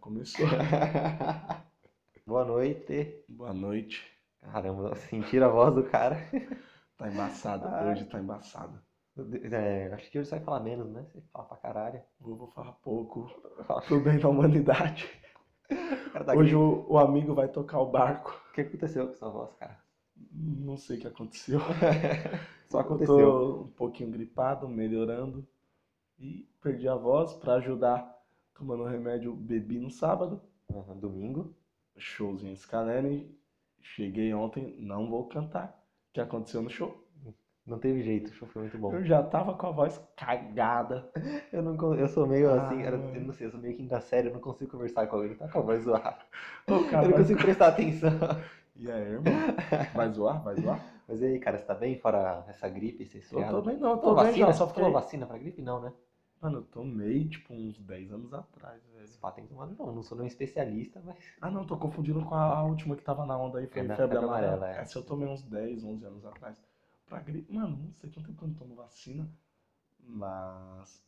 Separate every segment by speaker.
Speaker 1: Começou.
Speaker 2: Boa noite.
Speaker 1: Boa noite.
Speaker 2: Caramba, sentiram a voz do cara.
Speaker 1: Tá embaçado.
Speaker 2: Ah.
Speaker 1: Hoje tá embaçado.
Speaker 2: É, acho que hoje você vai falar menos, né? Você fala pra caralho.
Speaker 1: Vou, vou falar pouco.
Speaker 2: Fala.
Speaker 1: Pro bem da humanidade.
Speaker 2: O cara tá
Speaker 1: Hoje
Speaker 2: aqui.
Speaker 1: o, o amigo vai tocar o barco.
Speaker 2: O que aconteceu com sua voz, cara?
Speaker 1: Não sei o que aconteceu.
Speaker 2: Só aconteceu.
Speaker 1: Tô um pouquinho gripado, melhorando. E perdi a voz pra ajudar. Tomando um remédio, bebi no sábado.
Speaker 2: Aham, Domingo.
Speaker 1: Shows em Scalene. Cheguei ontem, não vou cantar. O que aconteceu no show?
Speaker 2: Não teve jeito, o show foi muito bom.
Speaker 1: Eu já tava com a voz cagada.
Speaker 2: Eu, não, con- eu sou meio assim,
Speaker 1: Ah,
Speaker 2: era-
Speaker 1: mano.
Speaker 2: eu não sei, eu sou meio quinta série, eu não consigo conversar com alguém, tá com a voz zoada.
Speaker 1: Ô, cara,
Speaker 2: Eu não
Speaker 1: vai-
Speaker 2: consigo prestar atenção.
Speaker 1: E aí, irmão? Vai zoar? Vai zoar?
Speaker 2: Mas e aí, cara, você tá bem fora essa gripe, esse
Speaker 1: Tô, tô
Speaker 2: resfriado?
Speaker 1: bem, não, tô
Speaker 2: Tomou
Speaker 1: bem já,
Speaker 2: vacina?
Speaker 1: só fiquei.
Speaker 2: Tomou vacina pra gripe? Não, né?
Speaker 1: Mano, eu tomei tipo uns 10 anos atrás, velho.
Speaker 2: Esse pá tem que tomar, não, eu não sou nenhum especialista, mas...
Speaker 1: Ah, não, tô confundindo com a última que tava na onda aí, foi
Speaker 2: É da
Speaker 1: febre
Speaker 2: febre
Speaker 1: amarela.
Speaker 2: amarela, é.
Speaker 1: Essa eu tomei uns 10, 11 anos atrás. Pra gripe. Mano, não sei quanto tempo que eu não tomo vacina, mas.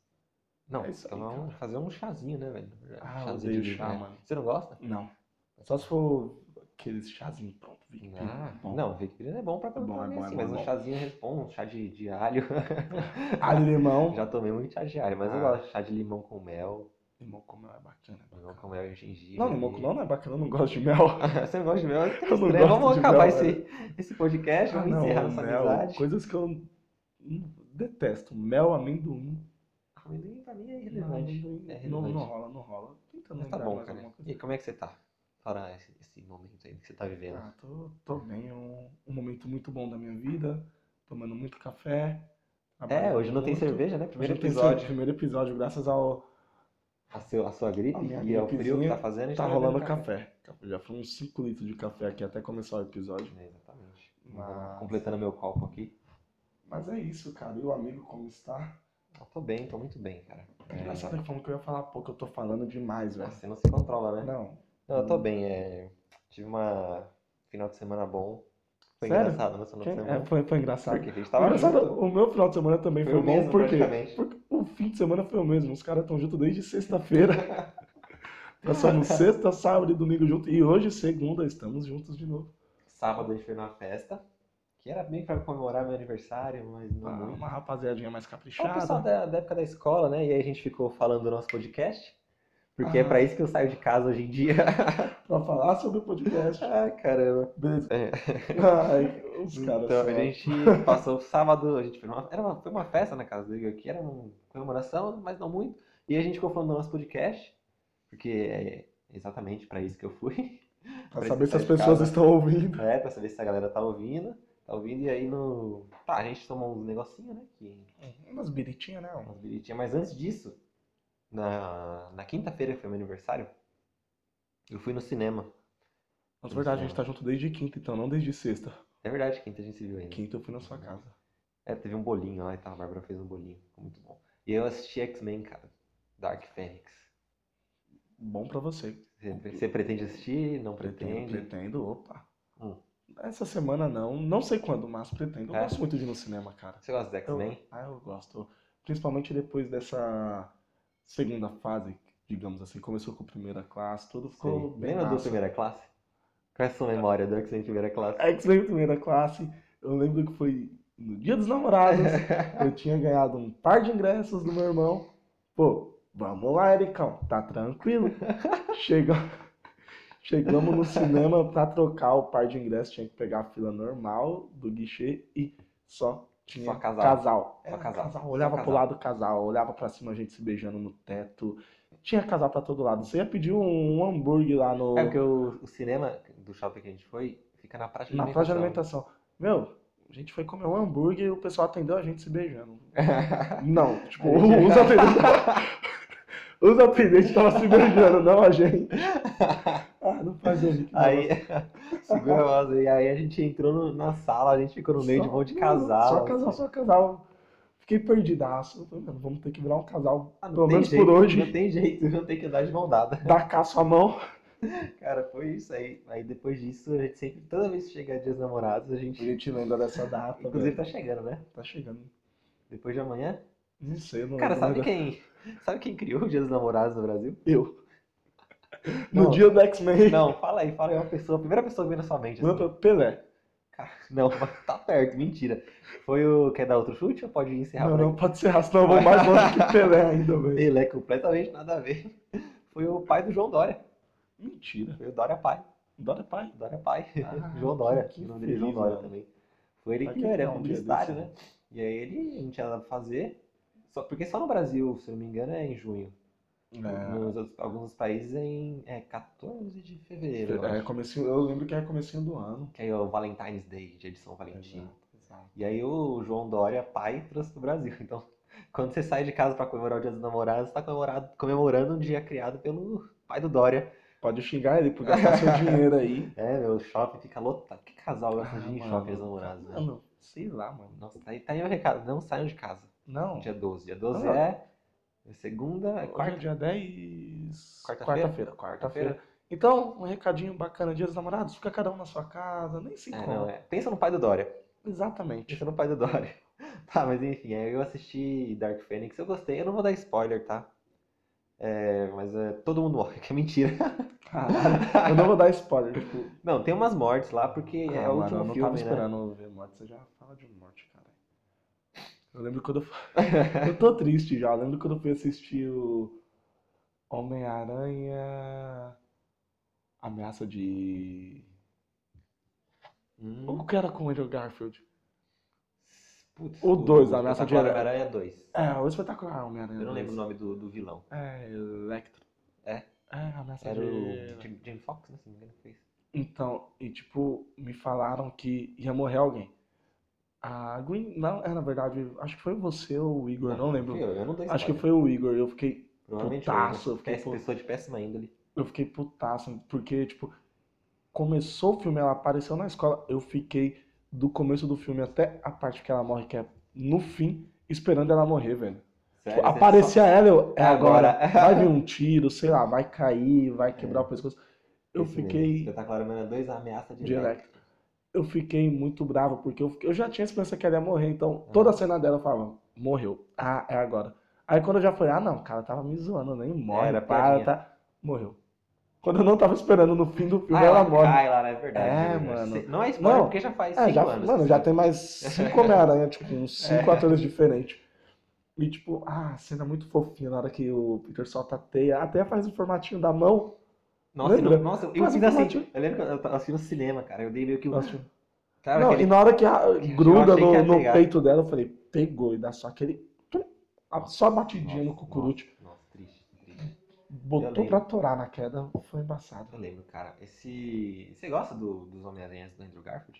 Speaker 2: Não,
Speaker 1: É isso aí,
Speaker 2: tomar um-
Speaker 1: cara.
Speaker 2: fazer um chazinho, né, velho?
Speaker 1: Ah,
Speaker 2: Chazinho
Speaker 1: odeio
Speaker 2: de
Speaker 1: chá,
Speaker 2: milho, né?
Speaker 1: mano.
Speaker 2: Você não gosta?
Speaker 1: Não. É Só se for aqueles chazinhos pronto, Vic
Speaker 2: Ah,
Speaker 1: Bom.
Speaker 2: não, Victorino é bom pra
Speaker 1: bom,
Speaker 2: colocar
Speaker 1: é
Speaker 2: é
Speaker 1: bom, é
Speaker 2: assim,
Speaker 1: bom,
Speaker 2: mas
Speaker 1: é
Speaker 2: um
Speaker 1: bom.
Speaker 2: chazinho responde, um chá de, de alho.
Speaker 1: Alho e Ah, limão.
Speaker 2: Já tomei muito chá de alho, mas eu
Speaker 1: Ah.
Speaker 2: gosto de chá de limão com mel,
Speaker 1: Limão com mel é bacana. é
Speaker 2: limão
Speaker 1: bacana.
Speaker 2: com mel e gengibre.
Speaker 1: Não, limão com mel não é bacana, eu não gosto de mel. é
Speaker 2: Você não gosta de mel?
Speaker 1: Eu não
Speaker 2: Estranho,
Speaker 1: gosto
Speaker 2: vamos
Speaker 1: de
Speaker 2: acabar
Speaker 1: mel,
Speaker 2: esse, esse podcast,
Speaker 1: Ah,
Speaker 2: vamos
Speaker 1: não,
Speaker 2: encerrar nossa
Speaker 1: mel,
Speaker 2: amizade.
Speaker 1: Coisas que eu hum, detesto. Mel, amendoim.
Speaker 2: Amendoim pra mim é
Speaker 1: Não,
Speaker 2: irrelevante.
Speaker 1: amendoim
Speaker 2: É
Speaker 1: não,
Speaker 2: relevante.
Speaker 1: não rola, não rola. Tentando
Speaker 2: Mas tá
Speaker 1: lembrar
Speaker 2: bom,
Speaker 1: mais
Speaker 2: cara.
Speaker 1: alguma coisa. assim.
Speaker 2: E como é que você tá? Fora esse, esse momento aí que você tá vivendo.
Speaker 1: Ah, tô, tô bem. É um, um momento muito bom da minha vida. Tomando muito café.
Speaker 2: é,
Speaker 1: trabalhando
Speaker 2: hoje não tem
Speaker 1: muito.
Speaker 2: cerveja, né?
Speaker 1: Hoje
Speaker 2: Primeiro
Speaker 1: não tem
Speaker 2: episódio.
Speaker 1: cerveja, Primeiro episódio, graças ao.
Speaker 2: A, seu, a sua gripe
Speaker 1: A minha
Speaker 2: e ao frio que
Speaker 1: gripezinha
Speaker 2: tá fazendo, a gente
Speaker 1: Tá
Speaker 2: bebendo
Speaker 1: rolando café. Já foram uns 5 litros de café aqui até começar o episódio.
Speaker 2: É, exatamente.
Speaker 1: Mas-
Speaker 2: Completando meu copo aqui.
Speaker 1: Mas é isso, cara. E o amigo, como está?
Speaker 2: Eu tô bem, tô muito bem, cara. É,
Speaker 1: Engraçado que falando que eu ia falar pouco, eu tô falando demais, velho.
Speaker 2: Você não se controla, né?
Speaker 1: Não.
Speaker 2: Não, eu tô bem. é, Tive uma final de semana bom. Foi
Speaker 1: Sério?
Speaker 2: engraçado, né? Final de
Speaker 1: Quem-
Speaker 2: semana.
Speaker 1: é, foi, foi engraçado.
Speaker 2: Porque a gente tava
Speaker 1: Engraçado,
Speaker 2: junto.
Speaker 1: o meu final de semana também
Speaker 2: Foi
Speaker 1: foi,
Speaker 2: o
Speaker 1: bom,
Speaker 2: mesmo,
Speaker 1: por quê?
Speaker 2: praticamente.
Speaker 1: Porque o fim de semana foi o mesmo, os caras estão juntos desde sexta-feira. Nós somos sexta, sábado e domingo juntos, e hoje, segunda, estamos juntos de novo.
Speaker 2: Sábado a gente foi numa festa, que era meio pra comemorar meu aniversário, mas não
Speaker 1: Ah,
Speaker 2: muito.
Speaker 1: uma rapaziadinha mais
Speaker 2: É o pessoal
Speaker 1: caprichada.
Speaker 2: da, da época da escola, né? E aí a gente ficou falando do nosso podcast. Porque é
Speaker 1: Ah.
Speaker 2: pra isso que eu saio de casa hoje em dia.
Speaker 1: Pra falar sobre o podcast.
Speaker 2: ah, caramba.
Speaker 1: Beleza.
Speaker 2: É.
Speaker 1: Ai, os caras
Speaker 2: Então,
Speaker 1: só.
Speaker 2: a gente passou o sábado, a gente foi numa, era uma, foi uma festa na casa do Igor aqui, era uma comemoração, mas não muito. E a gente ficou falando do nosso podcast, porque é exatamente pra isso que eu fui.
Speaker 1: Pra saber se as
Speaker 2: sair de
Speaker 1: pessoas
Speaker 2: casa.
Speaker 1: estão ouvindo.
Speaker 2: É, pra saber se a galera tá ouvindo. Tá ouvindo, e aí no. Tá, a gente tomou uns negocinhos, né? Que,
Speaker 1: Umas biritinhas, né?
Speaker 2: umas biritinhas, mas antes disso, na, na quinta-feira que foi meu aniversário, eu fui no cinema.
Speaker 1: Na verdade, a gente tá junto desde quinta, então não desde sexta.
Speaker 2: É verdade, quinta a gente se viu ainda.
Speaker 1: Quinta eu fui na sua casa.
Speaker 2: É, teve um bolinho lá e tal, a Bárbara fez um bolinho, ficou muito bom. E eu assisti X-Men, cara, Dark Phoenix.
Speaker 1: Bom pra você.
Speaker 2: Você, você pretende assistir? Não
Speaker 1: Pretendo,
Speaker 2: pretende?
Speaker 1: pretendo, opa.
Speaker 2: Hum.
Speaker 1: Essa semana não, não sei quando, mas pretendo. Eu
Speaker 2: É?
Speaker 1: gosto muito de ir no cinema, cara.
Speaker 2: Você gosta de
Speaker 1: Eu,
Speaker 2: X-Men?
Speaker 1: ah, eu gosto. Principalmente depois dessa segunda fase, digamos assim, começou com primeira classe, tudo ficou
Speaker 2: Sei.
Speaker 1: bem
Speaker 2: Lembra do
Speaker 1: massa.
Speaker 2: Primeira Classe? Qual é a sua memória do X-Men Primeira Classe?
Speaker 1: X-Men primeira classe, eu lembro que foi no Dia dos Namorados, eu tinha ganhado um par de ingressos do meu irmão. Pô, vamos lá, Ericão, tá tranquilo. Chega... Chegamos no cinema pra trocar o par de ingressos, tinha que pegar a fila normal do guichê e só tinha
Speaker 2: Só casal.
Speaker 1: Era
Speaker 2: casal.
Speaker 1: Olhava
Speaker 2: Só
Speaker 1: pro
Speaker 2: casal.
Speaker 1: lado do casal, olhava pra cima, a gente se beijando no teto. Tinha casal pra todo lado. Você ia pedir um hambúrguer lá no
Speaker 2: É porque o, o cinema do shopping que a gente foi fica na praça de
Speaker 1: na praça de
Speaker 2: alimentação.
Speaker 1: alimentação. Meu, a gente foi comer um hambúrguer e o pessoal atendeu a gente se beijando. Não, tipo, os atendentes. Os atendentes estavam se beijando, não a gente. Ah, não faz isso.
Speaker 2: Aí, segura a voz aí. Aí a gente entrou no- na sala, a gente ficou no meio de um monte de casal. assim.
Speaker 1: Só casal, só casal. Fiquei perdidaço. Eu falei, mano, vamos ter que virar um casal.
Speaker 2: Ah, não
Speaker 1: Pelo
Speaker 2: tem
Speaker 1: menos
Speaker 2: jeito,
Speaker 1: por
Speaker 2: Não
Speaker 1: hoje.
Speaker 2: tem jeito, não tem que andar de mão dada.
Speaker 1: Dar caça à mão.
Speaker 2: Cara, foi isso aí. Aí depois disso, a gente sempre, toda vez que chega dia dos namorados, a
Speaker 1: A
Speaker 2: gente.
Speaker 1: gente lembra dessa data.
Speaker 2: Inclusive
Speaker 1: Inclusive,
Speaker 2: tá chegando, né?
Speaker 1: tá chegando.
Speaker 2: Depois de amanhã.
Speaker 1: Não sei, não
Speaker 2: Cara,
Speaker 1: lembro
Speaker 2: sabe
Speaker 1: mais.
Speaker 2: quem. Sabe quem criou o Dia dos Namorados no Brasil?
Speaker 1: Eu. No
Speaker 2: Não.
Speaker 1: dia do X-Men.
Speaker 2: Não, fala aí, fala aí é uma pessoa, a primeira pessoa que veio na sua mente. assim.
Speaker 1: Manda Pelé.
Speaker 2: Não, mas tá perto, mentira. Foi o. Quer dar outro chute ou pode encerrar
Speaker 1: Não,
Speaker 2: por
Speaker 1: não, pode ser raça, não. Vou mais longe que Pelé ainda,
Speaker 2: aqui?
Speaker 1: velho.
Speaker 2: Ele é completamente nada a ver. Foi o pai do João Dória.
Speaker 1: Mentira.
Speaker 2: Foi o Dória Pai.
Speaker 1: Dória pai.
Speaker 2: Dória é Pai.
Speaker 1: Ah,
Speaker 2: João Dória.
Speaker 1: que- que
Speaker 2: o nome dele é João
Speaker 1: feliz,
Speaker 2: Dória
Speaker 1: mano.
Speaker 2: também. Foi ele
Speaker 1: Vai
Speaker 2: que
Speaker 1: que
Speaker 2: era
Speaker 1: dá um dia
Speaker 2: publicitário,
Speaker 1: desse,
Speaker 2: né? E aí ele não tinha nada pra fazer. Só, porque só no Brasil, se eu não me engano, é em junho. Nos outros- alguns países é em é 14 de fevereiro. eu
Speaker 1: É,
Speaker 2: acho.
Speaker 1: comecinho, eu lembro que era comecinho do ano.
Speaker 2: Que aí é o Valentine's Day, dia de São Valentim.
Speaker 1: Exato, exato.
Speaker 2: E aí o João Dória, pai, trouxe pro Brasil. Então, quando você sai de casa pra comemorar o Dia dos Namorados, você tá comemorado- comemorando um dia criado pelo pai do Dória.
Speaker 1: Pode xingar ele por gastar seu dinheiro aí. Ah,
Speaker 2: É, meu, o shopping fica lotado. Que casal gasta de ir em
Speaker 1: mano.
Speaker 2: shopping os namorados, né?
Speaker 1: Mano, sei lá, mano.
Speaker 2: Nossa, tá aí, tá aí o recado. Não saiam de casa.
Speaker 1: Não.
Speaker 2: Dia 12. Dia 12
Speaker 1: Ah.
Speaker 2: é segunda, é
Speaker 1: Hoje
Speaker 2: quarta.
Speaker 1: é dia 10.
Speaker 2: Quarta-feira?
Speaker 1: Quarta-feira. Quarta-feira. Então, um recadinho bacana. Dia dos namorados, fica cada um na sua casa, nem se
Speaker 2: É, não,
Speaker 1: encontra.
Speaker 2: é. Pensa no pai do Dória.
Speaker 1: Exatamente.
Speaker 2: Pensa no pai do Dória. Tá, mas enfim, aí eu assisti Dark Phoenix, eu gostei. Eu não vou dar spoiler, tá? É, mas é, todo mundo morre, que é mentira.
Speaker 1: Caralho, eu não vou dar spoiler. Tipo,
Speaker 2: Não, tem umas mortes lá, porque
Speaker 1: ah,
Speaker 2: é o
Speaker 1: mano, eu
Speaker 2: último
Speaker 1: não tava
Speaker 2: filme, né?
Speaker 1: esperando ver morte. Você já fala de morte, cara. Eu lembro quando eu. fui- Eu tô triste já. Eu lembro quando eu fui assistir o Homem-Aranha. Ameaça de.
Speaker 2: Hum,
Speaker 1: O que era com o Andrew Garfield?
Speaker 2: putz,
Speaker 1: O dois, a ameaça de
Speaker 2: Espetacular Homem-Aranha 2.
Speaker 1: É, o espetacular Homem-Aranha.
Speaker 2: Eu não lembro o
Speaker 1: dois.
Speaker 2: nome do, do vilão.
Speaker 1: É, Electro.
Speaker 2: É?
Speaker 1: É, ameaça
Speaker 2: Era
Speaker 1: de.
Speaker 2: o Jim- Jim Fox, né? Se não me engano, fez.
Speaker 1: Então, e tipo, me falaram que ia morrer alguém. A Green. Não, é na verdade, acho que foi você ou o Igor, não lembro.
Speaker 2: Ah, Eu, eu não dou
Speaker 1: Acho que
Speaker 2: spoiler.
Speaker 1: foi o Igor, eu fiquei,
Speaker 2: Provavelmente
Speaker 1: putaço,
Speaker 2: eu,
Speaker 1: eu fiquei puto.
Speaker 2: pessoa de péssima índole.
Speaker 1: eu fiquei putaço, porque, tipo, começou o filme, ela apareceu na escola, eu fiquei do começo do filme até a parte que ela morre, que é no fim, esperando ela morrer, velho.
Speaker 2: Sério,
Speaker 1: Tipo,
Speaker 2: você
Speaker 1: aparecia ela, eu, é
Speaker 2: É agora.
Speaker 1: agora, vai vir um tiro, sei lá, vai cair, vai quebrar o pescoço.
Speaker 2: só-
Speaker 1: Eu
Speaker 2: Esse mesmo, tá
Speaker 1: fiquei
Speaker 2: Espetacular Homem-Aranha 2, a ameaça de
Speaker 1: de
Speaker 2: Electra.
Speaker 1: Electra. Eu fiquei muito bravo, porque eu, fiquei- eu já tinha esperança que ela ia morrer, então
Speaker 2: Ah.
Speaker 1: toda a cena dela eu falava, morreu, ah, é agora. Aí quando eu já falei, ah não, o cara tava me zoando, nem morre,
Speaker 2: Era
Speaker 1: para,
Speaker 2: piadinha.
Speaker 1: tá. Morreu. Quando eu não tava esperando no fim do filme,
Speaker 2: Ah,
Speaker 1: ela
Speaker 2: ela
Speaker 1: morre.
Speaker 2: cai lá, né? É verdade.
Speaker 1: É,
Speaker 2: verdade.
Speaker 1: mano.
Speaker 2: Cê- Não é spoiler,
Speaker 1: Não.
Speaker 2: porque já faz
Speaker 1: É,
Speaker 2: 5
Speaker 1: já,
Speaker 2: anos. né? É.
Speaker 1: mano, já tem mais cinco Homem-Aranha, tipo, uns cinco atores diferentes. E tipo, ah, cena muito fofinha na hora que o Peter solta a teia, até faz o formatinho da mão.
Speaker 2: Nossa,
Speaker 1: Lembra?
Speaker 2: não, nossa, eu
Speaker 1: Mas
Speaker 2: ainda assim.
Speaker 1: informativo.
Speaker 2: Eu lembro que eu tava assistindo no cinema, cara. Eu dei meio que um.
Speaker 1: Nossa,
Speaker 2: Cara,
Speaker 1: não,
Speaker 2: aquele-
Speaker 1: e na hora que a- gruda
Speaker 2: achei
Speaker 1: no,
Speaker 2: que ia
Speaker 1: no
Speaker 2: pegar.
Speaker 1: peito dela, eu falei, pegou, e dá só aquele. tum, a- Só a batidinha no
Speaker 2: Nossa,
Speaker 1: cucurute.
Speaker 2: Nossa, triste, triste. Eu
Speaker 1: Botou
Speaker 2: lembro.
Speaker 1: pra atorar na queda, foi embaçado.
Speaker 2: Eu lembro, cara. Esse. Você gosta do, dos Homem-Aranhas do Andrew Garfield?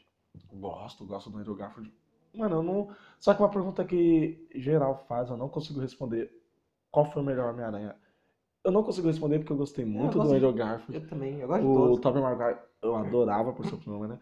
Speaker 1: Gosto, gosto do Andrew Garfield. Mano, eu não. Só que uma pergunta que geral faz, eu não consigo responder. Qual foi o melhor Homem-Aranha? Eu não consigo responder porque eu gostei muito do
Speaker 2: gosto de-
Speaker 1: Andrew Garfield.
Speaker 2: Eu também, eu gosto de
Speaker 1: O
Speaker 2: todos.
Speaker 1: Tobey Maguire eu adorava por seu primeiro, né?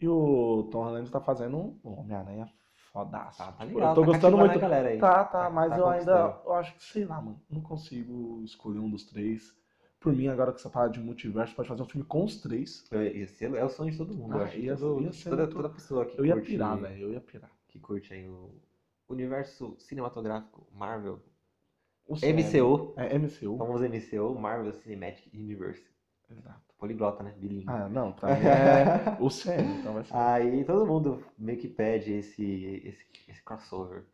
Speaker 1: E o Tom Holland tá fazendo um Homem-Aranha fodaço.
Speaker 2: Tá, tá
Speaker 1: Tipo,
Speaker 2: legal.
Speaker 1: eu tô
Speaker 2: tá
Speaker 1: gostando
Speaker 2: cativando
Speaker 1: muito.
Speaker 2: a galera aí.
Speaker 1: Tá, tá,
Speaker 2: Tá-
Speaker 1: mas
Speaker 2: tá
Speaker 1: eu ainda.
Speaker 2: conquistando.
Speaker 1: Eu acho que, sei lá, mano. Não consigo escolher um dos três. Por mim, agora com essa parada de multiverso, pode fazer um filme com os três.
Speaker 2: Esse é o sonho de todo mundo.
Speaker 1: Ah,
Speaker 2: eu acho que
Speaker 1: ia-
Speaker 2: todo-
Speaker 1: ia ser
Speaker 2: toda,
Speaker 1: muito-
Speaker 2: toda pessoa que
Speaker 1: Eu ia
Speaker 2: curte,
Speaker 1: pirar, velho. Eu ia pirar.
Speaker 2: que curte aí o universo cinematográfico Marvel,
Speaker 1: O sério.
Speaker 2: MCU,
Speaker 1: É,
Speaker 2: o
Speaker 1: MCU.
Speaker 2: famoso MCU, Marvel Cinematic Universe.
Speaker 1: Exato.
Speaker 2: Poliglota, né? Bilingue.
Speaker 1: Ah, não, pra mim é o CM, então vai ser.
Speaker 2: Aí todo mundo meio que pede esse, esse, esse crossover.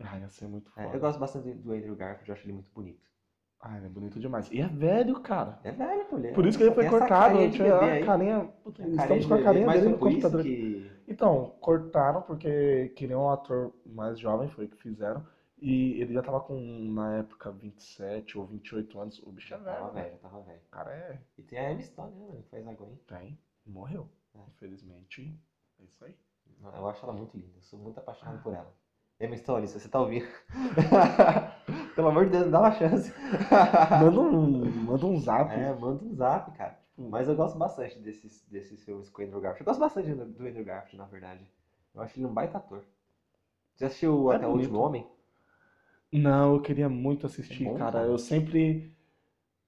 Speaker 1: Ah, ia ser muito
Speaker 2: É,
Speaker 1: foda.
Speaker 2: eu gosto bastante do Andrew Garfield, eu acho ele muito bonito.
Speaker 1: Ah, ele é bonito demais. E é velho, cara.
Speaker 2: É velho, mulher.
Speaker 1: Por isso que ele
Speaker 2: Só
Speaker 1: foi
Speaker 2: tem essa
Speaker 1: cortado.
Speaker 2: carinha de
Speaker 1: Tinha
Speaker 2: bebê aí.
Speaker 1: a carinha. Puta,
Speaker 2: A carinha
Speaker 1: estamos
Speaker 2: de
Speaker 1: com a
Speaker 2: bebê,
Speaker 1: carinha
Speaker 2: mas
Speaker 1: dele
Speaker 2: foi
Speaker 1: no
Speaker 2: por isso
Speaker 1: computador.
Speaker 2: que-
Speaker 1: Então, cortaram porque queriam um ator mais jovem, foi o que fizeram. E ele já tava com, na época, 27 ou 28 anos. O bicho é
Speaker 2: Já tava
Speaker 1: velho, né?
Speaker 2: velho, já tava velho.
Speaker 1: O cara é.
Speaker 2: E tem a Emma Stone, né, mano, que faz a Gwen.
Speaker 1: Tem. Morreu.
Speaker 2: É.
Speaker 1: Infelizmente. É isso aí.
Speaker 2: Eu acho ela muito linda, eu sou muito apaixonado por ela. Emma Stone, se você tá ouvindo, pelo amor de Deus, dá uma chance.
Speaker 1: Manda um, manda um zap.
Speaker 2: É, manda um zap, cara. Mas eu gosto bastante desses, desses filmes com o Andrew Garfield. Eu gosto bastante do do Andrew Garfield, na verdade. Eu acho ele um baita ator. Você assistiu
Speaker 1: É
Speaker 2: Até o
Speaker 1: bonito.
Speaker 2: Último Homem?
Speaker 1: Não, eu queria muito assistir,
Speaker 2: É bom,
Speaker 1: cara.
Speaker 2: cara.
Speaker 1: Eu sempre.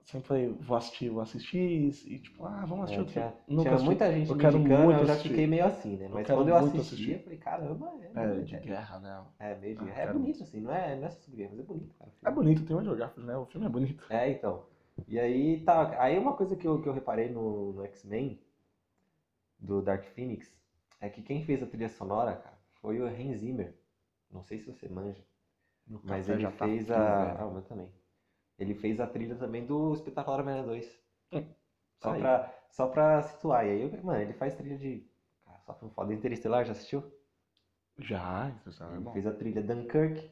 Speaker 1: Sempre falei, vou assistir, vou assistir. E tipo, ah, vamos assistir
Speaker 2: É,
Speaker 1: outro.
Speaker 2: tinha,
Speaker 1: Nunca
Speaker 2: tinha
Speaker 1: assisti.
Speaker 2: muita gente
Speaker 1: Eu
Speaker 2: me
Speaker 1: quero
Speaker 2: indicando,
Speaker 1: muito
Speaker 2: eu já
Speaker 1: assistir.
Speaker 2: fiquei meio assim, né?
Speaker 1: Eu
Speaker 2: Mas
Speaker 1: quero
Speaker 2: quando eu
Speaker 1: muito
Speaker 2: assisti,
Speaker 1: assistir.
Speaker 2: eu falei, caramba, é,
Speaker 1: É, de
Speaker 2: é,
Speaker 1: guerra, né?
Speaker 2: é meio de-
Speaker 1: Ah,
Speaker 2: é
Speaker 1: quero
Speaker 2: bonito assim, não é, não é só sobre guerra, mas é bonito, cara.
Speaker 1: um É bonito, tem onde jogar, né? O filme é bonito.
Speaker 2: É, então. E aí tá. Aí uma coisa que eu, que eu reparei no, no X-Men, do Dark Phoenix, é que quem fez a trilha sonora, cara, foi o Hans Zimmer. Não sei se você manja,
Speaker 1: Meu
Speaker 2: mas
Speaker 1: café
Speaker 2: ele
Speaker 1: já tá
Speaker 2: fez
Speaker 1: frio,
Speaker 2: a.
Speaker 1: velho.
Speaker 2: Ah, o meu também. Ele fez a trilha também do Espetacular Homem-Aranha 2.
Speaker 1: Hum,
Speaker 2: Só
Speaker 1: tá aí.
Speaker 2: pra, só pra situar. E aí, eu- mano, ele faz trilha de. Cara, só filme foda. Interestelar, já assistiu?
Speaker 1: Já, isso já é
Speaker 2: ele
Speaker 1: bom.
Speaker 2: fez a trilha Dunkirk,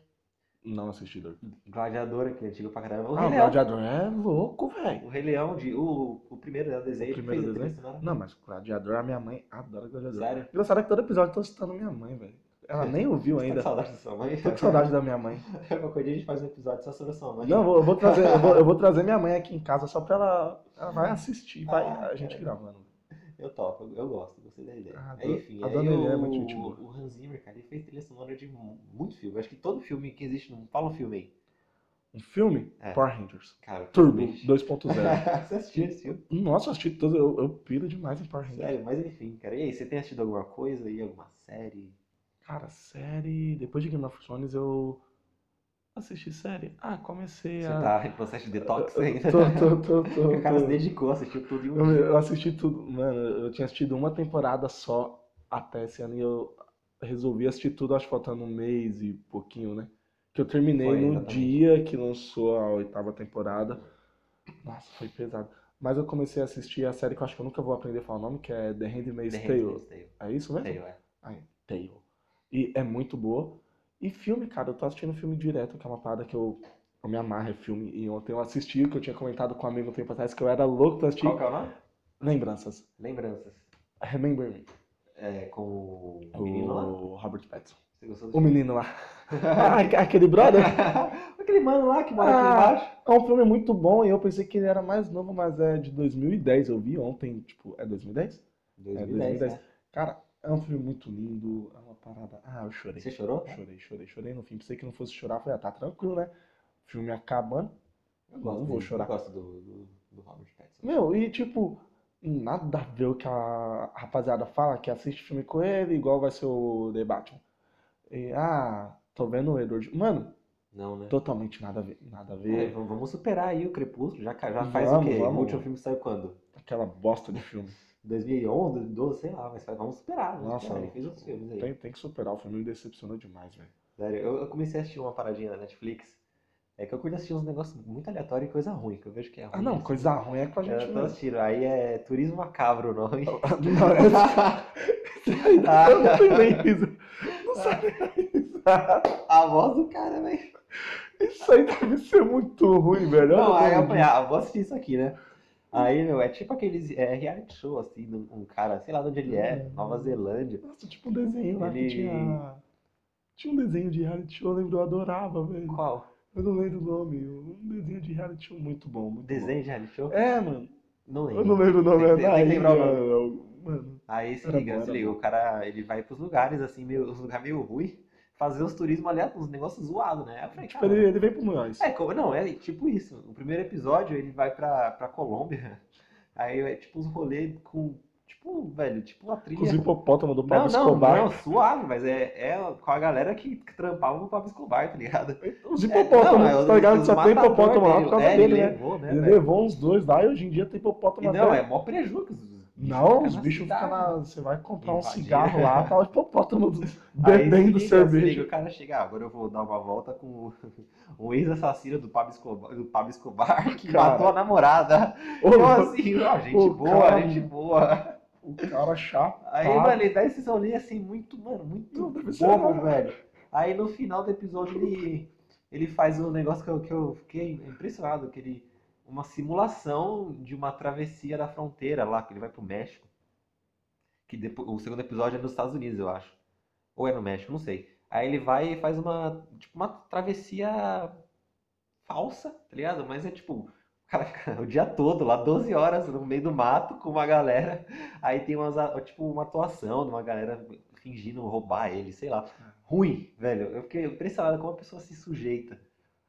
Speaker 1: Não assisti Dark.
Speaker 2: Gladiador, que é antigo pra caramba. O
Speaker 1: Ah,
Speaker 2: Rei
Speaker 1: o
Speaker 2: Leão.
Speaker 1: Gladiador é louco, velho.
Speaker 2: O Rei Leão, de, o, o primeiro né, o desenho,
Speaker 1: O
Speaker 2: ele
Speaker 1: primeiro
Speaker 2: fez a trilha
Speaker 1: desenho?
Speaker 2: sonora.
Speaker 1: Não, mas Gladiador, a minha mãe adora Gladiador.
Speaker 2: Sério?
Speaker 1: Engraçado é que todo episódio eu tô citando minha mãe, velho. Ela nem ouviu
Speaker 2: Você Tá
Speaker 1: ainda.
Speaker 2: com saudade da sua mãe?
Speaker 1: Tô com saudade da minha mãe.
Speaker 2: Qualquer dia a gente faz um episódio só sobre a sua mãe.
Speaker 1: Não, eu vou- eu vou trazer, eu vou, eu vou trazer minha mãe aqui em casa só pra ela. Ela vai assistir, vai
Speaker 2: Ah,
Speaker 1: a gente
Speaker 2: cara.
Speaker 1: gravando.
Speaker 2: Eu topo, eu, eu gosto, gostei da ideia.
Speaker 1: Ah,
Speaker 2: Aí,
Speaker 1: do-
Speaker 2: Enfim,
Speaker 1: a
Speaker 2: aí
Speaker 1: dona Helena é
Speaker 2: o,
Speaker 1: muito gente boa.
Speaker 2: o Hans Zimmer, cara, ele fez trilha sonora de mu- muito filme. Acho que todo filme que existe, não fala um filme aí.
Speaker 1: Um filme?
Speaker 2: É.
Speaker 1: Power Rangers.
Speaker 2: Cara,
Speaker 1: Turbo
Speaker 2: bicho.
Speaker 1: 2.0.
Speaker 2: Você assistiu esse filme?
Speaker 1: Nossa, eu assisti todo. Eu, eu piro demais em Power Rangers.
Speaker 2: Sério, mas enfim, cara. E aí, você tem assistido alguma coisa aí, alguma série?
Speaker 1: Cara, série. Depois de Game of Thrones eu assisti série. Ah, comecei
Speaker 2: Você
Speaker 1: a.
Speaker 2: tá em processo de detox ainda?
Speaker 1: Tô, tô, tô, tô,
Speaker 2: o cara se
Speaker 1: tô.
Speaker 2: dedicou, assistiu tudo em um
Speaker 1: Eu,
Speaker 2: dia.
Speaker 1: eu assisti tudo. Mano, eu tinha assistido uma temporada só até esse ano e eu resolvi assistir tudo, acho que faltando um mês e pouquinho, né? Que eu terminei
Speaker 2: Foi,
Speaker 1: no
Speaker 2: exatamente.
Speaker 1: dia que lançou a oitava temporada. Nossa, foi pesado. Mas eu comecei a assistir a série que eu acho que eu nunca vou aprender a falar o nome, que é The Handmaid's
Speaker 2: The
Speaker 1: Tale.
Speaker 2: Handmaid's Tale.
Speaker 1: É isso mesmo?
Speaker 2: Tale, é.
Speaker 1: Tale. E é muito boa. E filme, cara, eu tô assistindo filme direto, que é uma parada que eu, eu me amarro, é filme. E ontem eu assisti, que eu tinha comentado com um amigo um tempo atrás, que eu era louco pra assistir.
Speaker 2: Qual que é o nome?
Speaker 1: Lembranças.
Speaker 2: Lembranças.
Speaker 1: Remember Me.
Speaker 2: É, com o
Speaker 1: O
Speaker 2: menino lá.
Speaker 1: Robert Pattinson.
Speaker 2: Você gostou do
Speaker 1: O menino lá. Ah, aque- Aquele brother.
Speaker 2: Aquele mano lá que mora aqui
Speaker 1: Ah.
Speaker 2: embaixo.
Speaker 1: É um filme muito bom e eu pensei que ele era mais novo, mas é de 2010. Eu vi ontem, tipo, é 2010?
Speaker 2: 2010,
Speaker 1: 2010.
Speaker 2: né?
Speaker 1: Cara, é um filme muito lindo, é uma parada. Ah, eu chorei.
Speaker 2: Você chorou?
Speaker 1: Chorei, chorei, chorei no fim. Pensei que não fosse chorar. Falei, ah, tá tranquilo, né? Filme acabando.
Speaker 2: Eu gosto
Speaker 1: Não vou
Speaker 2: dele,
Speaker 1: chorar.
Speaker 2: Eu gosto do, do, do Robert Pattinson.
Speaker 1: Meu, e tipo, nada a ver o que a rapaziada fala, que assiste filme com ele, igual vai ser o The Batman. E, ah, tô vendo o Edward. Mano,
Speaker 2: Não, né?
Speaker 1: totalmente nada a ver. Nada a
Speaker 2: É,
Speaker 1: ver.
Speaker 2: v- vamos superar aí o Crepúsculo. Já, ca- já faz
Speaker 1: Vamos,
Speaker 2: o quê?
Speaker 1: vamos.
Speaker 2: O último filme saiu quando?
Speaker 1: Aquela bosta de filme.
Speaker 2: 2011, 2012, sei lá. Mas faz- vamos superar. Vamos
Speaker 1: Nossa,
Speaker 2: superar. Ah, Ele fez outros filmes aí.
Speaker 1: tem, tem que superar. O filme me decepcionou demais, velho.
Speaker 2: Sério, eu, eu comecei a assistir uma paradinha na Netflix. É que eu curto assistir uns negócios muito aleatórios e coisa ruim, que eu vejo que é ruim.
Speaker 1: Ah, não,
Speaker 2: assim.
Speaker 1: coisa ruim é com a gente
Speaker 2: Eu tô
Speaker 1: mesmo.
Speaker 2: assistindo. Aí é Turismo Macabro o nome.
Speaker 1: Não, eu não tenho nem isso. Não sabe.
Speaker 2: A voz do cara, velho.
Speaker 1: Isso aí deve ser muito ruim, velho.
Speaker 2: Não,
Speaker 1: Olha
Speaker 2: aí eu
Speaker 1: como
Speaker 2: falei, ah, vou assistir isso aqui, né? Aí, meu, é tipo aqueles é, reality show, assim, de um um cara, sei lá de onde ele é,
Speaker 1: Hum.
Speaker 2: Nova Zelândia.
Speaker 1: Nossa, tipo um desenho lá que
Speaker 2: Ele-
Speaker 1: tinha. Tinha um desenho de reality show, eu lembro, eu adorava, velho.
Speaker 2: Qual?
Speaker 1: Eu não lembro o nome. Um desenho de reality show muito bom. Muito
Speaker 2: Desenho de reality
Speaker 1: bom.
Speaker 2: show?
Speaker 1: É, mano.
Speaker 2: Não
Speaker 1: Eu não
Speaker 2: lembro.
Speaker 1: lembro o nome.
Speaker 2: Tem que-
Speaker 1: é
Speaker 2: tem que lembrar o
Speaker 1: Bahia, Mano.
Speaker 2: Aí se
Speaker 1: Era
Speaker 2: liga,
Speaker 1: bom,
Speaker 2: se
Speaker 1: era
Speaker 2: liga, o cara, ele vai pros lugares, assim, meio, uns lugares meio ruim, fazer uns turismo aleatórios, uns negócios zoados, né? Aí eu falei,
Speaker 1: Tipo,
Speaker 2: cara,
Speaker 1: ele, ele veio pro Munhoz.
Speaker 2: É, como, não, é tipo isso. O primeiro episódio ele vai pra, pra Colômbia. Aí é tipo uns rolê com. Tipo, velho, tipo uma
Speaker 1: Com os
Speaker 2: trilha.
Speaker 1: hipopótamos do Pablo
Speaker 2: Não, não,
Speaker 1: Escobar.
Speaker 2: não, suave, mas é, é com a galera que trampava no Pablo Escobar, tá ligado?
Speaker 1: Os
Speaker 2: Não,
Speaker 1: hipopótamos,
Speaker 2: é,
Speaker 1: tá ligado?
Speaker 2: os
Speaker 1: Só tem
Speaker 2: matador
Speaker 1: hipopótamo lá por causa
Speaker 2: é,
Speaker 1: dele,
Speaker 2: ele
Speaker 1: né?
Speaker 2: levou, né,
Speaker 1: Ele
Speaker 2: velho?
Speaker 1: levou uns dois lá e hoje em dia tem hipopótamo
Speaker 2: E
Speaker 1: até.
Speaker 2: não, é mó prejuízo. que os- os bichos
Speaker 1: Não, os
Speaker 2: ficam na
Speaker 1: bichos ficam
Speaker 2: cidade.
Speaker 1: na. Você vai comprar um
Speaker 2: Invadir.
Speaker 1: cigarro lá, tá o hipopótamo do-
Speaker 2: Aí se
Speaker 1: bebendo
Speaker 2: liga, se liga,
Speaker 1: cerveja.
Speaker 2: O cara chega, ah, agora eu vou dar uma volta com o- o ex-assassino do Pablo Escobar, do Pablo Escobar que
Speaker 1: Cara.
Speaker 2: matou a namorada.
Speaker 1: Ô,
Speaker 2: Eu
Speaker 1: mano,
Speaker 2: assim, ó, gente
Speaker 1: o
Speaker 2: boa,
Speaker 1: cara-
Speaker 2: gente boa.
Speaker 1: o cara chato.
Speaker 2: Aí,
Speaker 1: Tá.
Speaker 2: mano, ele dá esses rolês assim, muito, mano, muito
Speaker 1: Não, deve ser
Speaker 2: bobo,
Speaker 1: não.
Speaker 2: velho. Aí no final do episódio ele, ele faz um negócio que eu, que eu fiquei impressionado, que ele. Uma simulação de uma travessia da fronteira lá, que ele vai pro México. Que depois, o segundo episódio é nos Estados Unidos, eu acho. Ou é no México, não sei. Aí ele vai e faz uma, tipo, uma travessia falsa, tá ligado? Mas é tipo, o cara fica o dia todo lá, 12 horas, no meio do mato, com uma galera. Aí tem umas, a- tipo, uma atuação de uma galera fingindo roubar ele, sei lá.
Speaker 1: É.
Speaker 2: Ruim, velho. Eu fiquei impressionado como a pessoa se sujeita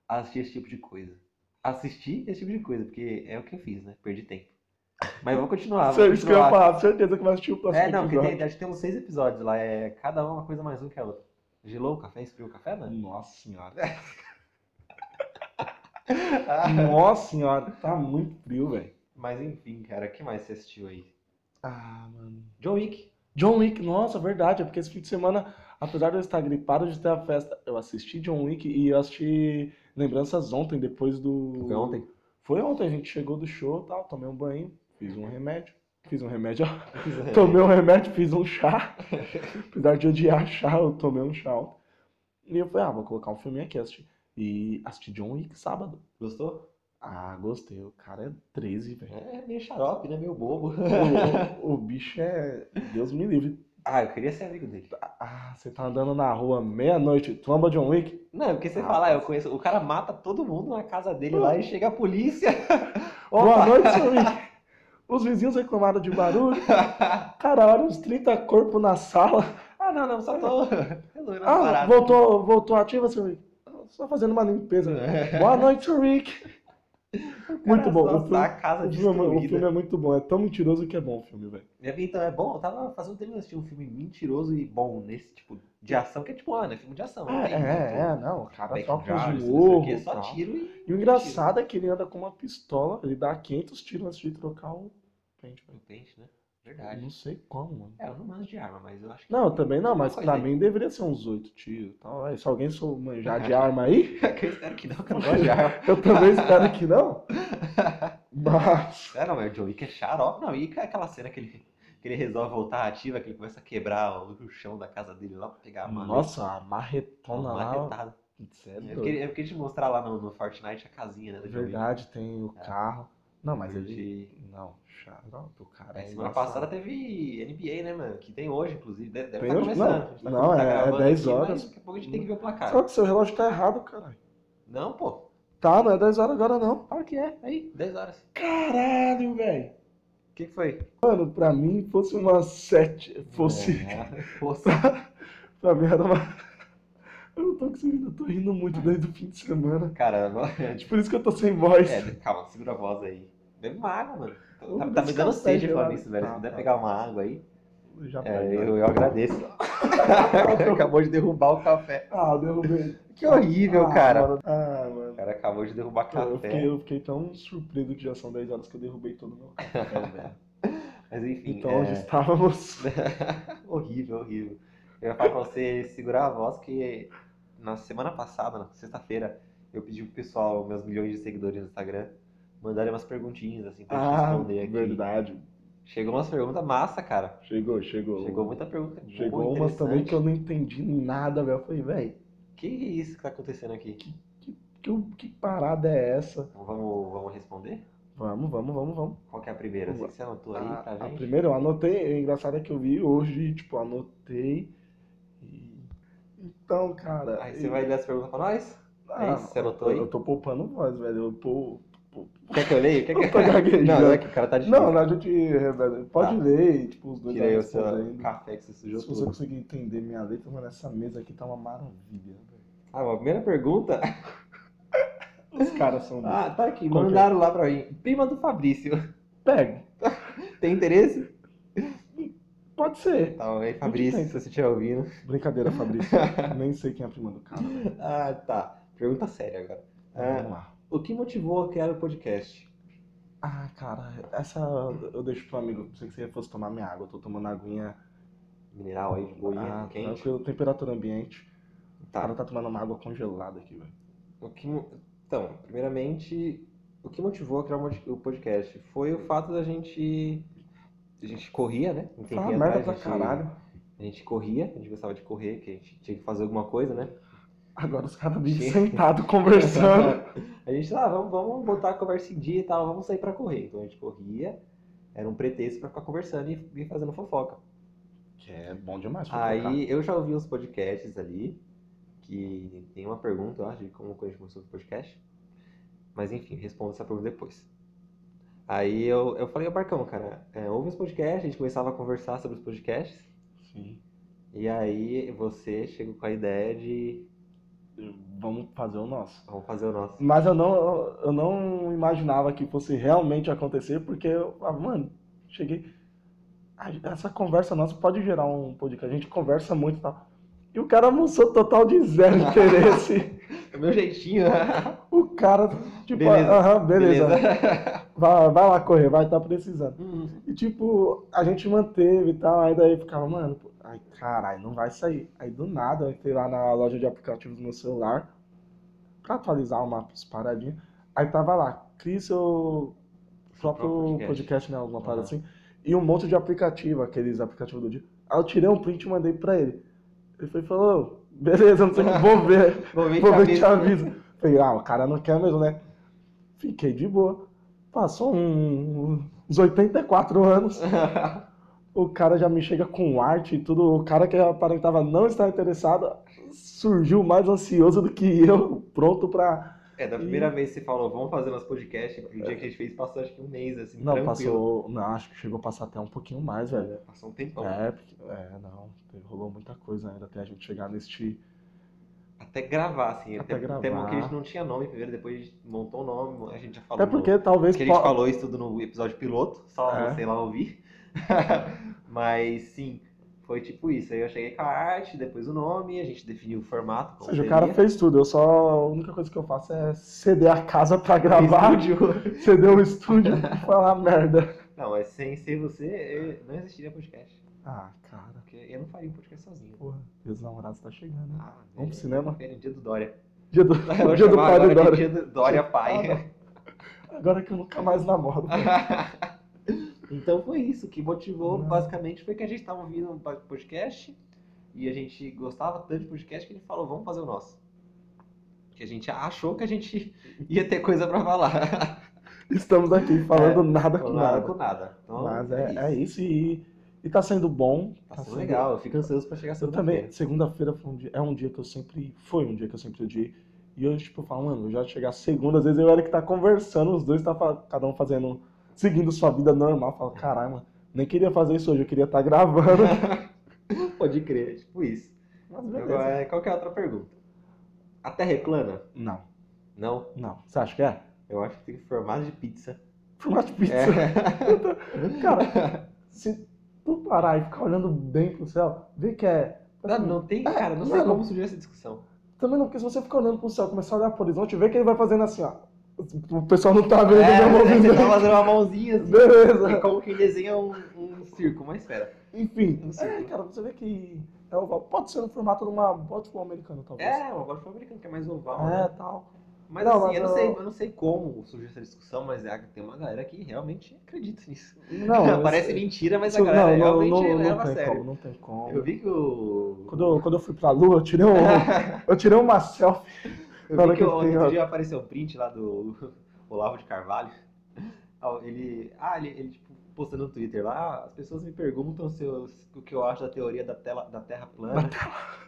Speaker 2: a assistir esse tipo de coisa. Assistir esse tipo de coisa, porque é o que eu fiz, né? Perdi tempo. Mas eu vou continuar, vou
Speaker 1: Sério, isso que eu ia
Speaker 2: Ah, continuar.
Speaker 1: falar, certeza que vai assistir o próximo
Speaker 2: É, não, porque
Speaker 1: episódio.
Speaker 2: tem, acho que tem uns seis episódios lá. É cada um uma coisa mais um que a outra. Gelou o café? Esfriou o café, né?
Speaker 1: Nossa senhora. Nossa senhora, tá muito frio, velho.
Speaker 2: Mas enfim, cara, o que mais você assistiu aí?
Speaker 1: Ah, mano.
Speaker 2: John Wick.
Speaker 1: John Wick, nossa, verdade. É porque esse fim de semana, apesar de eu estar gripado de ter a festa, eu assisti John Wick e eu assisti Lembranças ontem, depois do.
Speaker 2: Foi ontem.
Speaker 1: Foi ontem, a gente chegou do show e tal, tomei um banho, fiz um remédio. Fiz um remédio, ó.
Speaker 2: É.
Speaker 1: Tomei um remédio, fiz um chá. Apesar de odiar chá, eu tomei um chá. ontem. E eu falei, ah, vou colocar um filminho aqui, assistir. E assisti John Wick sábado.
Speaker 2: Gostou?
Speaker 1: Ah, gostei. O cara é 13, velho.
Speaker 2: É meio xarope, né? Meio bobo.
Speaker 1: O, o bicho é. Deus me livre.
Speaker 2: Ah, eu queria ser amigo dele.
Speaker 1: Ah, você tá andando na rua meia-noite, tromba um John Wick.
Speaker 2: Não, porque você
Speaker 1: Ah,
Speaker 2: fala, ah, eu conheço. O cara mata todo mundo na casa dele lá e chega a polícia.
Speaker 1: Boa
Speaker 2: Opa!
Speaker 1: noite, John Wick. Os vizinhos reclamaram de barulho. Cara, olha uns 30 corpos na sala.
Speaker 2: ah, não, não, só tô resolvendo as
Speaker 1: Ah,
Speaker 2: paradas.
Speaker 1: voltou, voltou ativa, seu Rick? Só fazendo uma limpeza.
Speaker 2: É.
Speaker 1: Boa noite, seu Rick. Muito bom. O
Speaker 2: Nossa,
Speaker 1: filme,
Speaker 2: tá a casa
Speaker 1: o filme é- o
Speaker 2: destruída.
Speaker 1: filme é muito bom. É tão mentiroso que é bom o filme, velho.
Speaker 2: Minha vida, então é bom, eu tava fazendo tempo que eu não assistia um filme mentiroso e bom nesse tipo de ação, que é tipo, ah, né? Filme de ação. não
Speaker 1: É,
Speaker 2: tem muito
Speaker 1: é, é, não. O cara troca os
Speaker 2: background, isso, não sei o quê,
Speaker 1: morros.
Speaker 2: só tiro e.
Speaker 1: E o engraçado é que ele anda com uma pistola, ele dá 500 tiros antes de trocar o pente, velho.
Speaker 2: Não pente, né?
Speaker 1: Eu
Speaker 2: Verdade.
Speaker 1: Não sei como, mano.
Speaker 2: É, eu não manjo de arma, mas eu acho que.
Speaker 1: Não, eu também não,
Speaker 2: Alguma
Speaker 1: mas
Speaker 2: coisa
Speaker 1: pra
Speaker 2: aí.
Speaker 1: mim deveria ser uns oito tiros. e tal. Aí, Se alguém sou manjar de arma aí,
Speaker 2: eu espero que não, que eu não gosto de arma.
Speaker 1: eu também espero que não. Mas.
Speaker 2: É, não, mas o John Wick é xarope. Não, e aquela cena que ele, que ele resolve voltar ativa, que ele começa a quebrar o, o chão da casa dele lá pra pegar a Ah, mano.
Speaker 1: Nossa, a marretona lá.
Speaker 2: marretada.
Speaker 1: Cê é
Speaker 2: Eu
Speaker 1: doido.
Speaker 2: queria, eu queria te mostrar lá no, no Fortnite a casinha, né? Do John Wick.
Speaker 1: Verdade, tem o
Speaker 2: É.
Speaker 1: carro. Não, mas ele.
Speaker 2: Porque-
Speaker 1: Não, xarope, o cara.
Speaker 2: É,
Speaker 1: é
Speaker 2: semana
Speaker 1: engraçado.
Speaker 2: passada teve NBA, né, mano? Que tem hoje, inclusive. Deve estar
Speaker 1: Tem hoje?
Speaker 2: começando.
Speaker 1: Não,
Speaker 2: A gente tá-
Speaker 1: não,
Speaker 2: tá
Speaker 1: é- é
Speaker 2: gravando
Speaker 1: 10
Speaker 2: aqui, mas
Speaker 1: horas.
Speaker 2: Daqui a pouco a gente tem que ver o placar.
Speaker 1: Só que seu relógio tá errado, caralho.
Speaker 2: Não, pô.
Speaker 1: Tá, não é 10 horas agora não.
Speaker 2: Claro que é. Aí, 10 horas.
Speaker 1: Caralho, velho.
Speaker 2: O que que foi?
Speaker 1: Mano, pra mim fosse umas 7. Fosse.
Speaker 2: É, fosse.
Speaker 1: Pra mim era uma. Eu não tô conseguindo, eu tô rindo muito desde o fim de semana.
Speaker 2: Cara, agora-
Speaker 1: É por isso que eu tô sem voz.
Speaker 2: É, calma, segura a voz aí. Bebe uma água, mano. Tá-
Speaker 1: Vou
Speaker 2: Tá, tá me
Speaker 1: descansar
Speaker 2: dando sede
Speaker 1: gelado.
Speaker 2: falando isso, velho. Se
Speaker 1: Tá,
Speaker 2: puder
Speaker 1: tá.
Speaker 2: pegar uma água aí,
Speaker 1: Já
Speaker 2: é,
Speaker 1: pega.
Speaker 2: eu, eu agradeço. acabou de derrubar o café.
Speaker 1: Ah, eu derrubei.
Speaker 2: Que horrível,
Speaker 1: Ah,
Speaker 2: cara.
Speaker 1: mano. Ah, mano.
Speaker 2: O cara acabou de derrubar
Speaker 1: Eu
Speaker 2: café.
Speaker 1: fiquei, eu fiquei tão surpreso que já são 10 horas que eu derrubei todo o meu café, velho.
Speaker 2: Mas enfim,
Speaker 1: Então
Speaker 2: é...
Speaker 1: hoje estávamos.
Speaker 2: horrível, horrível. Eu ia falar pra você segurar a voz que na semana passada, na sexta-feira, eu pedi pro pessoal, meus milhões de seguidores no Instagram, mandarem umas perguntinhas assim pra gente
Speaker 1: Ah,
Speaker 2: responder aqui.
Speaker 1: verdade.
Speaker 2: Chegou umas perguntas massa, cara.
Speaker 1: Chegou, chegou.
Speaker 2: Chegou muita pergunta. boa,
Speaker 1: Chegou umas também que
Speaker 2: interessante.
Speaker 1: eu não entendi nada, velho. Eu falei, velho,
Speaker 2: Que é isso que tá acontecendo aqui?
Speaker 1: que, que parada é essa?
Speaker 2: Vamos, vamos responder?
Speaker 1: Vamos, vamos, vamos, vamos.
Speaker 2: Qual que é a primeira? Assim
Speaker 1: Vamos
Speaker 2: que você anotou aí
Speaker 1: a,
Speaker 2: pra
Speaker 1: Ah, a
Speaker 2: gente?
Speaker 1: primeira eu anotei, o engraçado é que eu vi hoje, tipo, anotei. E... Então, cara.
Speaker 2: Aí
Speaker 1: e-
Speaker 2: você vai ler as perguntas pra nós? é isso? Você anotou
Speaker 1: Ah, eu,
Speaker 2: aí?
Speaker 1: eu tô poupando voz, velho. Eu pô.
Speaker 2: Quer que eu leia? Quer que
Speaker 1: Eu tô gaguejando.
Speaker 2: Não, não é que o cara tá difícil.
Speaker 1: Não, não, a gente. é, velho, Pode
Speaker 2: Tá.
Speaker 1: ler, e, tipo, os dois
Speaker 2: Tirei o seu
Speaker 1: respondendo.
Speaker 2: café que você sujou
Speaker 1: Se você
Speaker 2: tudo.
Speaker 1: conseguir entender minha letra, mano, essa mesa aqui tá uma maravilha, velho.
Speaker 2: Ah, a primeira pergunta
Speaker 1: Os caras são.
Speaker 2: Ah, tá aqui.
Speaker 1: Hum. Qual que é?
Speaker 2: Mandaram lá pra mim. Prima do Fabrício.
Speaker 1: Pega.
Speaker 2: Tem interesse?
Speaker 1: Pode ser.
Speaker 2: Tá, aí, Fabrício, se você estiver ouvindo.
Speaker 1: Brincadeira, Fabrício. Nem sei quem é a prima do cara, velho.
Speaker 2: Ah, tá. Pergunta séria agora.
Speaker 1: Mas
Speaker 2: Ah,
Speaker 1: Vamos lá.
Speaker 2: o que motivou a criar o podcast?
Speaker 1: Ah, cara, essa eu deixo pro amigo. Pensei que você fosse tomar minha água. Eu tô tomando aguinha.
Speaker 2: Mineral aí, de boinha,
Speaker 1: ah,
Speaker 2: quente.
Speaker 1: tranquilo, temperatura ambiente. O
Speaker 2: Tá.
Speaker 1: cara tá tomando uma água congelada aqui, velho.
Speaker 2: O que mo- Então, primeiramente, o que motivou a criar o mod- o podcast foi o fato da gente... A gente corria, né? Um
Speaker 1: Fala
Speaker 2: tempinho
Speaker 1: merda
Speaker 2: atrás,
Speaker 1: pra
Speaker 2: a gente-
Speaker 1: caralho.
Speaker 2: A gente corria, a gente gostava de correr, que a gente tinha que fazer alguma coisa, né?
Speaker 1: Agora os caras meio
Speaker 2: Sim.
Speaker 1: sentados conversando.
Speaker 2: A gente lá, vamos, vamos botar a conversa em dia e tal, vamos sair pra correr. Então a gente corria, era um pretexto pra ficar conversando e, e fazendo fofoca.
Speaker 1: que é bom demais. fofocar.
Speaker 2: Aí eu já ouvi uns podcasts ali, que tem uma pergunta, eu acho, de como a gente começou o podcast. Mas enfim, respondo essa pergunta depois. Aí eu, eu falei, ô Barcão, cara, é, ouve os podcasts, a gente começava a conversar sobre os podcasts.
Speaker 1: Sim.
Speaker 2: E aí você chegou com a ideia de,
Speaker 1: Vamos fazer o nosso.
Speaker 2: vamos fazer o nosso.
Speaker 1: Mas eu não, eu não imaginava que fosse realmente acontecer, porque, eu, ah, mano, cheguei. ah, Essa conversa nossa pode gerar um podcast. A gente conversa muito e tal. E o cara almoçou total de zero interesse.
Speaker 2: É Meu jeitinho.
Speaker 1: O cara, tipo,
Speaker 2: Beleza.
Speaker 1: aham, beleza.
Speaker 2: Beleza.
Speaker 1: Vai, vai lá correr, vai estar precisando.
Speaker 2: Hum,
Speaker 1: E tipo, a gente manteve e tal, aí daí ficava, mano, pô, ai caralho, não vai sair. Aí do nada eu entrei lá na loja de aplicativos no meu celular pra atualizar o mapa, as paradinhas. Aí tava lá, crie seu próprio
Speaker 2: próprio podcast.
Speaker 1: podcast, né? Alguma parada
Speaker 2: Aham.
Speaker 1: assim. E um monte de aplicativo, aqueles aplicativos do dia. Aí eu tirei um print e mandei pra ele. Ele foi e falou, beleza, não sei o que, vou ver.
Speaker 2: Vou ver
Speaker 1: Vou ver,
Speaker 2: te
Speaker 1: te aviso. Falei, ah, o cara não quer mesmo, né? Fiquei de boa. Passou um- uns 84 anos, o cara já me chega com arte e tudo. O cara que aparentava não estar interessado surgiu mais ansioso do que eu, pronto pra.
Speaker 2: É, da primeira vez que você falou, vamos fazer nosso podcast, o dia que a gente fez passou acho que um mês, assim,
Speaker 1: Não,
Speaker 2: tranquilo.
Speaker 1: passou. Não, acho que chegou a passar até um pouquinho mais, velho.
Speaker 2: Passou um tempão.
Speaker 1: É, porque- é, não, rolou muita coisa ainda até a gente chegar neste.
Speaker 2: Até gravar, assim.
Speaker 1: Até
Speaker 2: Até, até
Speaker 1: gravar.
Speaker 2: porque a gente não tinha nome primeiro, depois a gente montou o nome, a gente já falou.
Speaker 1: Até porque talvez.
Speaker 2: Que a gente
Speaker 1: po-
Speaker 2: falou isso tudo no episódio piloto, só
Speaker 1: É.
Speaker 2: você lá ouvir. Mas sim, foi tipo isso. Aí eu cheguei com a arte, depois o nome, a gente definiu o formato.
Speaker 1: Ou
Speaker 2: como
Speaker 1: seja, o
Speaker 2: seria.
Speaker 1: cara fez tudo. Eu só. A única coisa que eu faço é ceder a casa pra gravar.
Speaker 2: Estúdio.
Speaker 1: ceder o um estúdio e falar merda.
Speaker 2: Não, mas sem ser você, eu não existiria podcast.
Speaker 1: Ah, cara.
Speaker 2: Porque eu não faria um podcast sozinho.
Speaker 1: Porra, Dia dos Namorados tá chegando, né?
Speaker 2: Ah,
Speaker 1: Vamos pro
Speaker 2: é
Speaker 1: cinema?
Speaker 2: É dia do Dória.
Speaker 1: Dia do,
Speaker 2: Eu vou
Speaker 1: dia do
Speaker 2: chamar
Speaker 1: pai do
Speaker 2: agora de
Speaker 1: Dória. tá.
Speaker 2: Dia do Dória pai.
Speaker 1: Ah, Agora que eu nunca mais namoro.
Speaker 2: então foi isso. O que motivou,
Speaker 1: Não.
Speaker 2: basicamente, foi que a gente tava ouvindo um podcast e a gente gostava tanto de podcast que a gente falou, vamos fazer o nosso. Que a gente achou que a gente ia ter coisa pra falar.
Speaker 1: Estamos aqui
Speaker 2: É,
Speaker 1: falando nada com
Speaker 2: Falou nada
Speaker 1: nada.
Speaker 2: com nada. Então,
Speaker 1: Mas é, é isso e, e tá sendo bom.
Speaker 2: Tá sendo legal, eu fico ansioso pra chegar
Speaker 1: Eu
Speaker 2: segunda-feira.
Speaker 1: também, segunda-feira foi um dia- é um dia que eu sempre. Foi um dia que eu sempre odiei. E eu, tipo, falo, mano, eu já chegar segunda, às vezes eu era que tá conversando, os dois tá fa- cada um fazendo. seguindo sua vida normal. Eu Falo, caralho, mano, nem queria fazer isso hoje, eu queria estar gravando.
Speaker 2: Pode crer, tipo isso.
Speaker 1: Mas beleza.
Speaker 2: Agora, qual que é a outra pergunta? Até reclana?
Speaker 1: Não,
Speaker 2: Não,
Speaker 1: não. Você acha que é?
Speaker 2: eu acho que tem formato de pizza. É.
Speaker 1: Formato de pizza. Cara, se tu parar e ficar olhando bem pro céu, vê que é.
Speaker 2: Não, não tem, cara, não sei
Speaker 1: mano.
Speaker 2: como surgiu essa discussão.
Speaker 1: Também não, porque se você ficar olhando pro céu, começar a olhar pro horizonte, vê que ele vai fazendo assim, ó. O pessoal não tá vendo
Speaker 2: É,
Speaker 1: meu
Speaker 2: você tá
Speaker 1: movimento.
Speaker 2: fazendo uma mãozinha assim. É
Speaker 1: Beleza.
Speaker 2: como quem desenha um, um circo, mas espera.
Speaker 1: Enfim.
Speaker 2: Não sei.
Speaker 1: É, cara, você vê que é oval. Pode ser no formato de uma bola de futebol americano, talvez.
Speaker 2: É, o golfe americano que é mais oval,
Speaker 1: É,
Speaker 2: né?
Speaker 1: tal.
Speaker 2: Mas
Speaker 1: Não,
Speaker 2: assim,
Speaker 1: mas
Speaker 2: eu, não
Speaker 1: eu-
Speaker 2: sei, eu não sei como surgiu essa discussão, mas é, tem uma galera que realmente acredita nisso.
Speaker 1: Não,
Speaker 2: Parece
Speaker 1: isso-
Speaker 2: mentira, mas a
Speaker 1: isso-
Speaker 2: galera
Speaker 1: não,
Speaker 2: realmente
Speaker 1: não, não,
Speaker 2: leva
Speaker 1: não
Speaker 2: a
Speaker 1: tem
Speaker 2: sério.
Speaker 1: como, não tem como.
Speaker 2: Eu vi que o...
Speaker 1: Quando, eu- quando eu fui pra lua, eu tirei, um, eu tirei uma selfie.
Speaker 2: Eu
Speaker 1: Fala
Speaker 2: vi que
Speaker 1: que
Speaker 2: o-
Speaker 1: tem,
Speaker 2: outro
Speaker 1: ó.
Speaker 2: dia apareceu um print lá do Olavo de Carvalho. Ah, Ele, ah, ele, ele tipo, postando no Twitter lá, "Ah, as pessoas me perguntam se eu- o que eu acho da teoria da, tela, da terra plana,